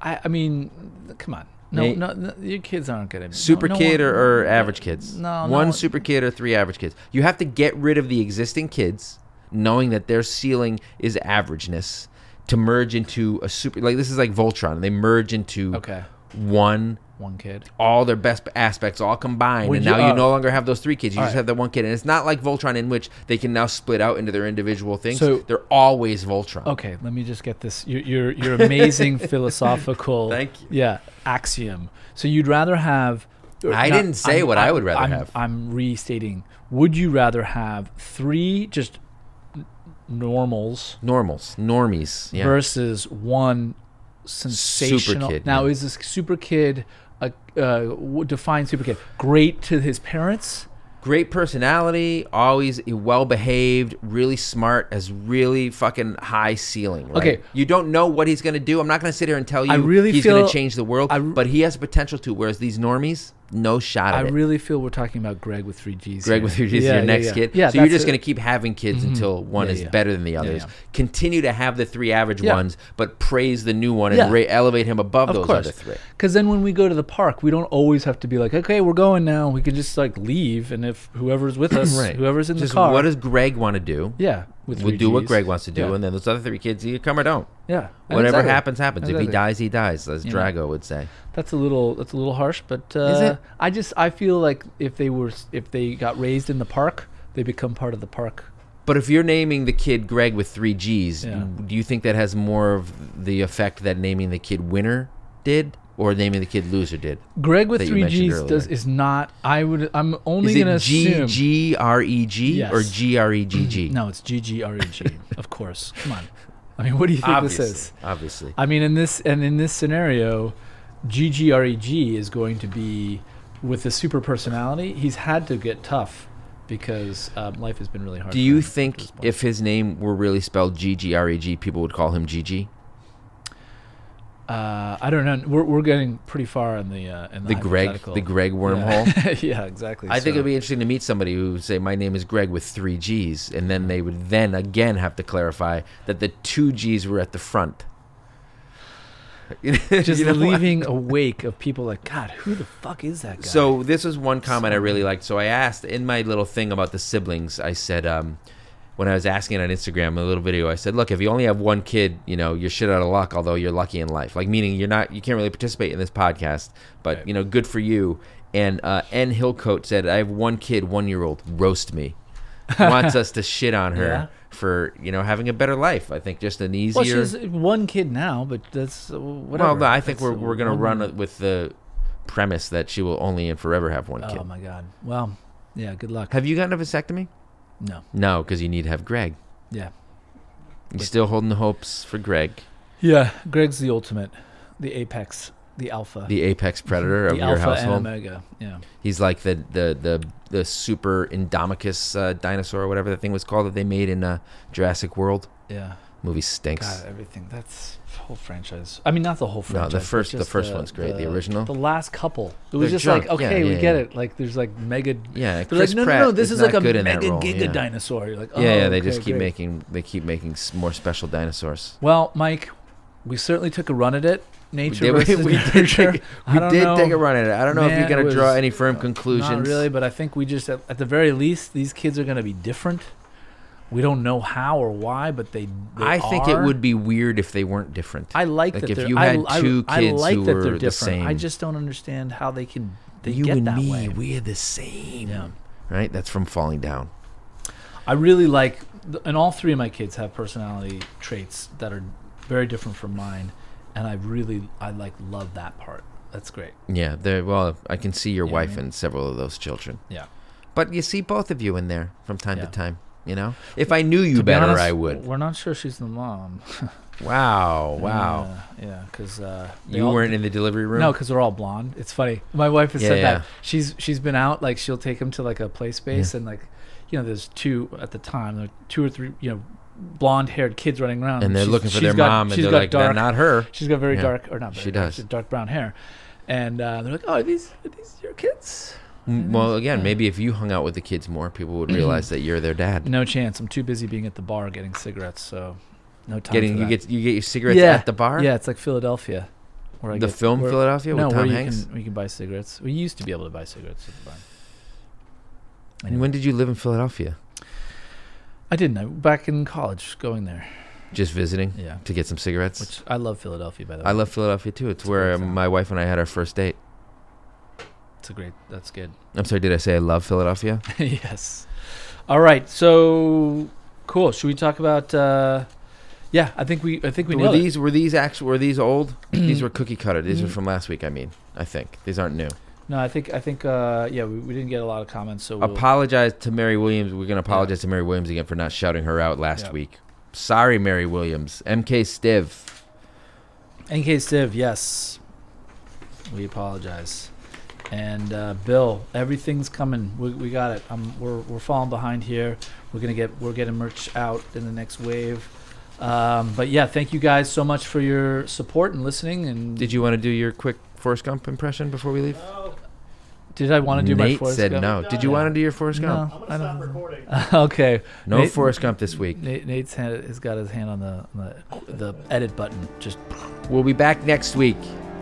[SPEAKER 2] I, I mean, come on. No,
[SPEAKER 1] Nate?
[SPEAKER 2] no, no, your kids aren't gonna be
[SPEAKER 1] Super
[SPEAKER 2] no, no
[SPEAKER 1] kid
[SPEAKER 2] one-
[SPEAKER 1] or, or average kids?
[SPEAKER 2] No, no
[SPEAKER 1] one
[SPEAKER 2] one-
[SPEAKER 1] super kid or three average kids. You have to get rid of the existing kids, knowing that their ceiling is averageness, to merge into a super. Like this is like Voltron. They merge into
[SPEAKER 2] Okay,
[SPEAKER 1] one
[SPEAKER 2] one kid.
[SPEAKER 1] all their best aspects all combined,
[SPEAKER 2] Would
[SPEAKER 1] and
[SPEAKER 2] you-
[SPEAKER 1] now you
[SPEAKER 2] oh.
[SPEAKER 1] no longer have those three kids. You
[SPEAKER 2] All
[SPEAKER 1] just
[SPEAKER 2] right.
[SPEAKER 1] have that one kid, and it's not like Voltron in which they can now split out into their individual things.
[SPEAKER 2] So-
[SPEAKER 1] They're always Voltron.
[SPEAKER 2] Okay, let me just get this. Your your, your
[SPEAKER 1] (laughs)
[SPEAKER 2] amazing philosophical.
[SPEAKER 1] Thank you.
[SPEAKER 2] Yeah, axiom. So you'd rather have. or
[SPEAKER 1] I didn't say what I would rather
[SPEAKER 2] I'm-
[SPEAKER 1] have.
[SPEAKER 2] I'm restating. Would you rather have three just n- normals
[SPEAKER 1] Normals, normies. Yeah.
[SPEAKER 2] versus one sensational?
[SPEAKER 1] kid,
[SPEAKER 2] now
[SPEAKER 1] yeah.
[SPEAKER 2] is this super kid a uh, w- define super kid great to his parents?
[SPEAKER 1] Great personality, always well behaved, really smart, has really fucking high ceiling. Right?
[SPEAKER 2] Okay.
[SPEAKER 1] You don't know what he's going to do. I'm not going to sit here and tell you
[SPEAKER 2] I really
[SPEAKER 1] he's
[SPEAKER 2] feel-
[SPEAKER 1] going to change the world,
[SPEAKER 2] I r-
[SPEAKER 1] but he has potential to. Whereas these normies, no shot
[SPEAKER 2] I
[SPEAKER 1] at it.
[SPEAKER 2] really feel we're talking about Greg with three G's.
[SPEAKER 1] Greg
[SPEAKER 2] here.
[SPEAKER 1] with your, is
[SPEAKER 2] Yeah,
[SPEAKER 1] your
[SPEAKER 2] yeah,
[SPEAKER 1] next
[SPEAKER 2] yeah.
[SPEAKER 1] kid.
[SPEAKER 2] Yeah,
[SPEAKER 1] so you're
[SPEAKER 2] that's
[SPEAKER 1] just
[SPEAKER 2] it. Mm-hmm.
[SPEAKER 1] going to keep having kids until one
[SPEAKER 2] Yeah,
[SPEAKER 1] is
[SPEAKER 2] yeah.
[SPEAKER 1] better than the others.
[SPEAKER 2] yeah.
[SPEAKER 1] Continue to have the three average
[SPEAKER 2] Yeah.
[SPEAKER 1] ones, but praise the new one and
[SPEAKER 2] Yeah.
[SPEAKER 1] ra- elevate him above
[SPEAKER 2] Of
[SPEAKER 1] those
[SPEAKER 2] course.
[SPEAKER 1] other three.
[SPEAKER 2] Because then when we go to the park, we don't always have to be like, okay, we're going now. We can just like leave, and if whoever's
[SPEAKER 1] (clears throat)
[SPEAKER 2] with us, whoever's in
[SPEAKER 1] just
[SPEAKER 2] the car,
[SPEAKER 1] What does Greg want to do?
[SPEAKER 2] yeah, with
[SPEAKER 1] We'll
[SPEAKER 2] three
[SPEAKER 1] do what
[SPEAKER 2] Gs.
[SPEAKER 1] Greg wants to do,
[SPEAKER 2] Yeah.
[SPEAKER 1] and then those other three kids either come or don't.
[SPEAKER 2] yeah,
[SPEAKER 1] Whatever
[SPEAKER 2] Exactly.
[SPEAKER 1] happens, happens. If he
[SPEAKER 2] Exactly.
[SPEAKER 1] dies, he dies, as
[SPEAKER 2] You know.
[SPEAKER 1] Drago would say.
[SPEAKER 2] that's a little that's a little harsh, but uh,
[SPEAKER 1] it?
[SPEAKER 2] I just I feel like if they were s- if they got raised in the park, they become part of the park.
[SPEAKER 1] But if you're naming the kid Greg with three G's,
[SPEAKER 2] Yeah.
[SPEAKER 1] do you think that has more of the effect that naming the kid winner did or naming the kid loser did?
[SPEAKER 2] Greg with
[SPEAKER 1] That you
[SPEAKER 2] three
[SPEAKER 1] mentioned
[SPEAKER 2] G's does
[SPEAKER 1] earlier.
[SPEAKER 2] is not. I would I'm only
[SPEAKER 1] Is
[SPEAKER 2] gonna
[SPEAKER 1] it G
[SPEAKER 2] assume.
[SPEAKER 1] G R E G or
[SPEAKER 2] Yes.
[SPEAKER 1] G R E G G?
[SPEAKER 2] No, it's G G R E G. Of course. Come on. I mean, what do you think
[SPEAKER 1] obviously.
[SPEAKER 2] this is?
[SPEAKER 1] Obviously.
[SPEAKER 2] I mean, in this and in this scenario, GGREG E is going to be with the super personality. He's had to get tough because um, life has been really hard.
[SPEAKER 1] Do
[SPEAKER 2] for
[SPEAKER 1] you
[SPEAKER 2] him
[SPEAKER 1] think
[SPEAKER 2] to this point.
[SPEAKER 1] if his name were really spelled G G R E G, people would call him GG?
[SPEAKER 2] uh, I don't know? We're, we're getting pretty far in the uh, in the,
[SPEAKER 1] The Greg,
[SPEAKER 2] hypothetical.
[SPEAKER 1] the Greg wormhole.
[SPEAKER 2] Yeah, (laughs) Yeah, exactly.
[SPEAKER 1] I think
[SPEAKER 2] So-
[SPEAKER 1] it'd be interesting to meet somebody who would say, "My name is Greg with three G's," and then they would then again have to clarify that the two G's were at the front.
[SPEAKER 2] (laughs)
[SPEAKER 1] (laughs)
[SPEAKER 2] just
[SPEAKER 1] You know what?
[SPEAKER 2] leaving a wake of people like God. Who the fuck is that guy?
[SPEAKER 1] So this was one comment I really liked. So I asked in my little thing about the siblings. I said, um, when I was asking on Instagram, a little video, I said, look, if you only have one kid, you know, you're shit out of luck. Although you're lucky in life, like meaning you're not, you can't really participate in this podcast, but
[SPEAKER 2] Right.
[SPEAKER 1] you know, good for you. And uh, N Hillcoat said, I have one kid, one year old, roast
[SPEAKER 2] (laughs)
[SPEAKER 1] me. Wants us to shit on her
[SPEAKER 2] Yeah.
[SPEAKER 1] for you know having a better life. I think just an easier.
[SPEAKER 2] well, she's one kid now, but that's uh, whatever.
[SPEAKER 1] well, no, I think
[SPEAKER 2] That's,
[SPEAKER 1] we're
[SPEAKER 2] uh,
[SPEAKER 1] we're gonna
[SPEAKER 2] one-
[SPEAKER 1] run it with the premise that she will only and forever have one kid.
[SPEAKER 2] Oh my God. Well, yeah. Good luck.
[SPEAKER 1] Have you gotten a vasectomy?
[SPEAKER 2] No.
[SPEAKER 1] No, because you need to have Greg.
[SPEAKER 2] Yeah.
[SPEAKER 1] You still holding the hopes for Greg,
[SPEAKER 2] Yeah, Greg's the ultimate, the apex, the alpha,
[SPEAKER 1] the apex predator of
[SPEAKER 2] the
[SPEAKER 1] your
[SPEAKER 2] alpha
[SPEAKER 1] household.
[SPEAKER 2] and omega. Yeah,
[SPEAKER 1] He's like the the the, the super Indomicus uh, dinosaur, or whatever that thing was called that they made in uh, Jurassic World.
[SPEAKER 2] yeah.
[SPEAKER 1] Movie stinks.
[SPEAKER 2] God, everything. That's the whole franchise. I mean, not the whole franchise. but
[SPEAKER 1] first- the
[SPEAKER 2] just
[SPEAKER 1] first one's great, the original.
[SPEAKER 2] The last couple. It was
[SPEAKER 1] They're
[SPEAKER 2] just like,
[SPEAKER 1] junk. Yeah,
[SPEAKER 2] okay, we
[SPEAKER 1] yeah,
[SPEAKER 2] get
[SPEAKER 1] yeah.
[SPEAKER 2] it. Like, there's like mega.
[SPEAKER 1] Yeah,
[SPEAKER 2] They're
[SPEAKER 1] Chris
[SPEAKER 2] like, no,
[SPEAKER 1] Pratt
[SPEAKER 2] no, no. This is, like
[SPEAKER 1] not
[SPEAKER 2] a
[SPEAKER 1] good in
[SPEAKER 2] mega
[SPEAKER 1] that role,
[SPEAKER 2] giga
[SPEAKER 1] yeah.
[SPEAKER 2] dinosaur. You're like, oh,
[SPEAKER 1] yeah, yeah, they
[SPEAKER 2] okay,
[SPEAKER 1] just keep
[SPEAKER 2] great.
[SPEAKER 1] making they keep making s- more special dinosaurs.
[SPEAKER 2] Well, Mike, we certainly took a run at it. Nature
[SPEAKER 1] did- we- (laughs)
[SPEAKER 2] versus
[SPEAKER 1] we did
[SPEAKER 2] nurture.
[SPEAKER 1] take-
[SPEAKER 2] I
[SPEAKER 1] We
[SPEAKER 2] don't
[SPEAKER 1] did
[SPEAKER 2] know.
[SPEAKER 1] take a run at it. I don't know if
[SPEAKER 2] Man,
[SPEAKER 1] you're
[SPEAKER 2] it
[SPEAKER 1] gonna
[SPEAKER 2] was-
[SPEAKER 1] draw any firm conclusions.
[SPEAKER 2] Not really, but I think we just, at, at the very least, these kids are going to be different. We don't know how or why, but they. they
[SPEAKER 1] I think it
[SPEAKER 2] are.
[SPEAKER 1] would be weird if they weren't different.
[SPEAKER 2] I like
[SPEAKER 1] like
[SPEAKER 2] that
[SPEAKER 1] if
[SPEAKER 2] they're-
[SPEAKER 1] you
[SPEAKER 2] I-
[SPEAKER 1] had
[SPEAKER 2] I,
[SPEAKER 1] two
[SPEAKER 2] I
[SPEAKER 1] kids
[SPEAKER 2] like
[SPEAKER 1] who
[SPEAKER 2] that
[SPEAKER 1] were
[SPEAKER 2] they're
[SPEAKER 1] the
[SPEAKER 2] different. I
[SPEAKER 1] same.
[SPEAKER 2] just don't understand how they can. They
[SPEAKER 1] you
[SPEAKER 2] get
[SPEAKER 1] and
[SPEAKER 2] that
[SPEAKER 1] me,
[SPEAKER 2] way.
[SPEAKER 1] we're the same.
[SPEAKER 2] Yeah.
[SPEAKER 1] Right? That's from falling down.
[SPEAKER 2] I really like, th- and all three of my kids have personality traits that are very different from mine, and I really, I like love that part. That's great.
[SPEAKER 1] Yeah, there. Well, I can see your
[SPEAKER 2] Yeah,
[SPEAKER 1] wife
[SPEAKER 2] yeah.
[SPEAKER 1] and several of those children,
[SPEAKER 2] Yeah.
[SPEAKER 1] but you see both of you in there from time
[SPEAKER 2] Yeah.
[SPEAKER 1] to time. You know, if I knew you
[SPEAKER 2] To be
[SPEAKER 1] better,
[SPEAKER 2] honest,
[SPEAKER 1] I would.
[SPEAKER 2] We're not sure she's the mom.
[SPEAKER 1] Wow, wow.
[SPEAKER 2] Yeah, yeah, because uh, they
[SPEAKER 1] you
[SPEAKER 2] all-
[SPEAKER 1] weren't in the delivery room.
[SPEAKER 2] No, because they're all blonde. It's funny. My wife has
[SPEAKER 1] Yeah,
[SPEAKER 2] said
[SPEAKER 1] yeah.
[SPEAKER 2] that she's she's been out like she'll take them to like a play space and like you know there's two at the time there were two or three you know blonde haired kids running around
[SPEAKER 1] and they're
[SPEAKER 2] she's-
[SPEAKER 1] looking for
[SPEAKER 2] she's
[SPEAKER 1] their
[SPEAKER 2] got-
[SPEAKER 1] mom, and
[SPEAKER 2] she's
[SPEAKER 1] they're
[SPEAKER 2] got
[SPEAKER 1] like,
[SPEAKER 2] dark,
[SPEAKER 1] "No, not her."
[SPEAKER 2] she's got very
[SPEAKER 1] Yeah.
[SPEAKER 2] dark or not very
[SPEAKER 1] She
[SPEAKER 2] dark,
[SPEAKER 1] does.
[SPEAKER 2] she's dark brown hair, and uh, they're like oh are these are these your kids?
[SPEAKER 1] Mm, Well, again, maybe if you hung out with the kids more, people would realize that you're their dad.
[SPEAKER 2] Mm-hmm. No chance. I'm too busy being at the bar getting cigarettes, so no time.
[SPEAKER 1] Getting
[SPEAKER 2] for
[SPEAKER 1] you
[SPEAKER 2] that.
[SPEAKER 1] get you get your cigarettes
[SPEAKER 2] Yeah,
[SPEAKER 1] at the bar.
[SPEAKER 2] yeah, it's like Philadelphia. Where I
[SPEAKER 1] the
[SPEAKER 2] get-
[SPEAKER 1] film
[SPEAKER 2] where-
[SPEAKER 1] Philadelphia
[SPEAKER 2] no,
[SPEAKER 1] with
[SPEAKER 2] where
[SPEAKER 1] Tom
[SPEAKER 2] you
[SPEAKER 1] Hanks.
[SPEAKER 2] can, we can buy cigarettes. We used to be able to buy cigarettes at the bar.
[SPEAKER 1] And when did you live in Philadelphia?
[SPEAKER 2] I didn't. I back in college, going there.
[SPEAKER 1] Just visiting
[SPEAKER 2] Yeah,
[SPEAKER 1] to get some cigarettes.
[SPEAKER 2] which I love Philadelphia by the way.
[SPEAKER 1] I love Philadelphia too. It's
[SPEAKER 2] It's
[SPEAKER 1] where
[SPEAKER 2] great town.
[SPEAKER 1] my wife and I had our first date.
[SPEAKER 2] It's a great. That's good. (laughs)
[SPEAKER 1] I'm sorry, did I say I love Philadelphia?
[SPEAKER 2] yes. All right. So cool. Should we talk about? uh Yeah, I think we. I think we
[SPEAKER 1] were
[SPEAKER 2] nailed it.
[SPEAKER 1] these were these actual were these (clears throat) old? these were cookie cutter. These are from last week. I mean, I think these aren't new.
[SPEAKER 2] No, I think. I think. uh Yeah, we, we didn't get a lot of comments. So we'll,
[SPEAKER 1] Apologize to Mary Williams. We're gonna apologize to Mary Williams again for not shouting her out last
[SPEAKER 2] Yeah.
[SPEAKER 1] week. Sorry, Mary Williams. MK Stiv.
[SPEAKER 2] NK Civ, yes. We apologize. And uh, Bill, everything's coming. We, we got it. Um, we're, we're falling behind here. We're gonna get we're getting merch out in the next wave. Um, but yeah, thank you guys so much for your support and listening. And
[SPEAKER 1] Did you want to do your quick Forrest Gump impression before we leave?
[SPEAKER 3] No.
[SPEAKER 2] Did I want to do my
[SPEAKER 1] Nate
[SPEAKER 2] Forrest
[SPEAKER 1] said
[SPEAKER 2] Gump?
[SPEAKER 1] no. Did you want to do your Forrest
[SPEAKER 2] No.
[SPEAKER 1] Gump?
[SPEAKER 3] I'm
[SPEAKER 2] I
[SPEAKER 3] gonna stop
[SPEAKER 2] don't-
[SPEAKER 3] recording.
[SPEAKER 2] (laughs) okay.
[SPEAKER 1] No
[SPEAKER 2] Nate-
[SPEAKER 1] Forrest Gump this week.
[SPEAKER 2] Nate, Nate's hand has got his hand on the on the, the edit button. Just
[SPEAKER 1] We'll be back next week.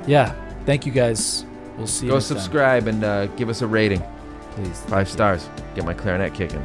[SPEAKER 2] yeah. Thank you guys. We'll see. you
[SPEAKER 1] Go
[SPEAKER 2] next time.
[SPEAKER 1] subscribe and uh, give us a rating.
[SPEAKER 2] please.
[SPEAKER 1] Five stars. Get my clarinet kicking.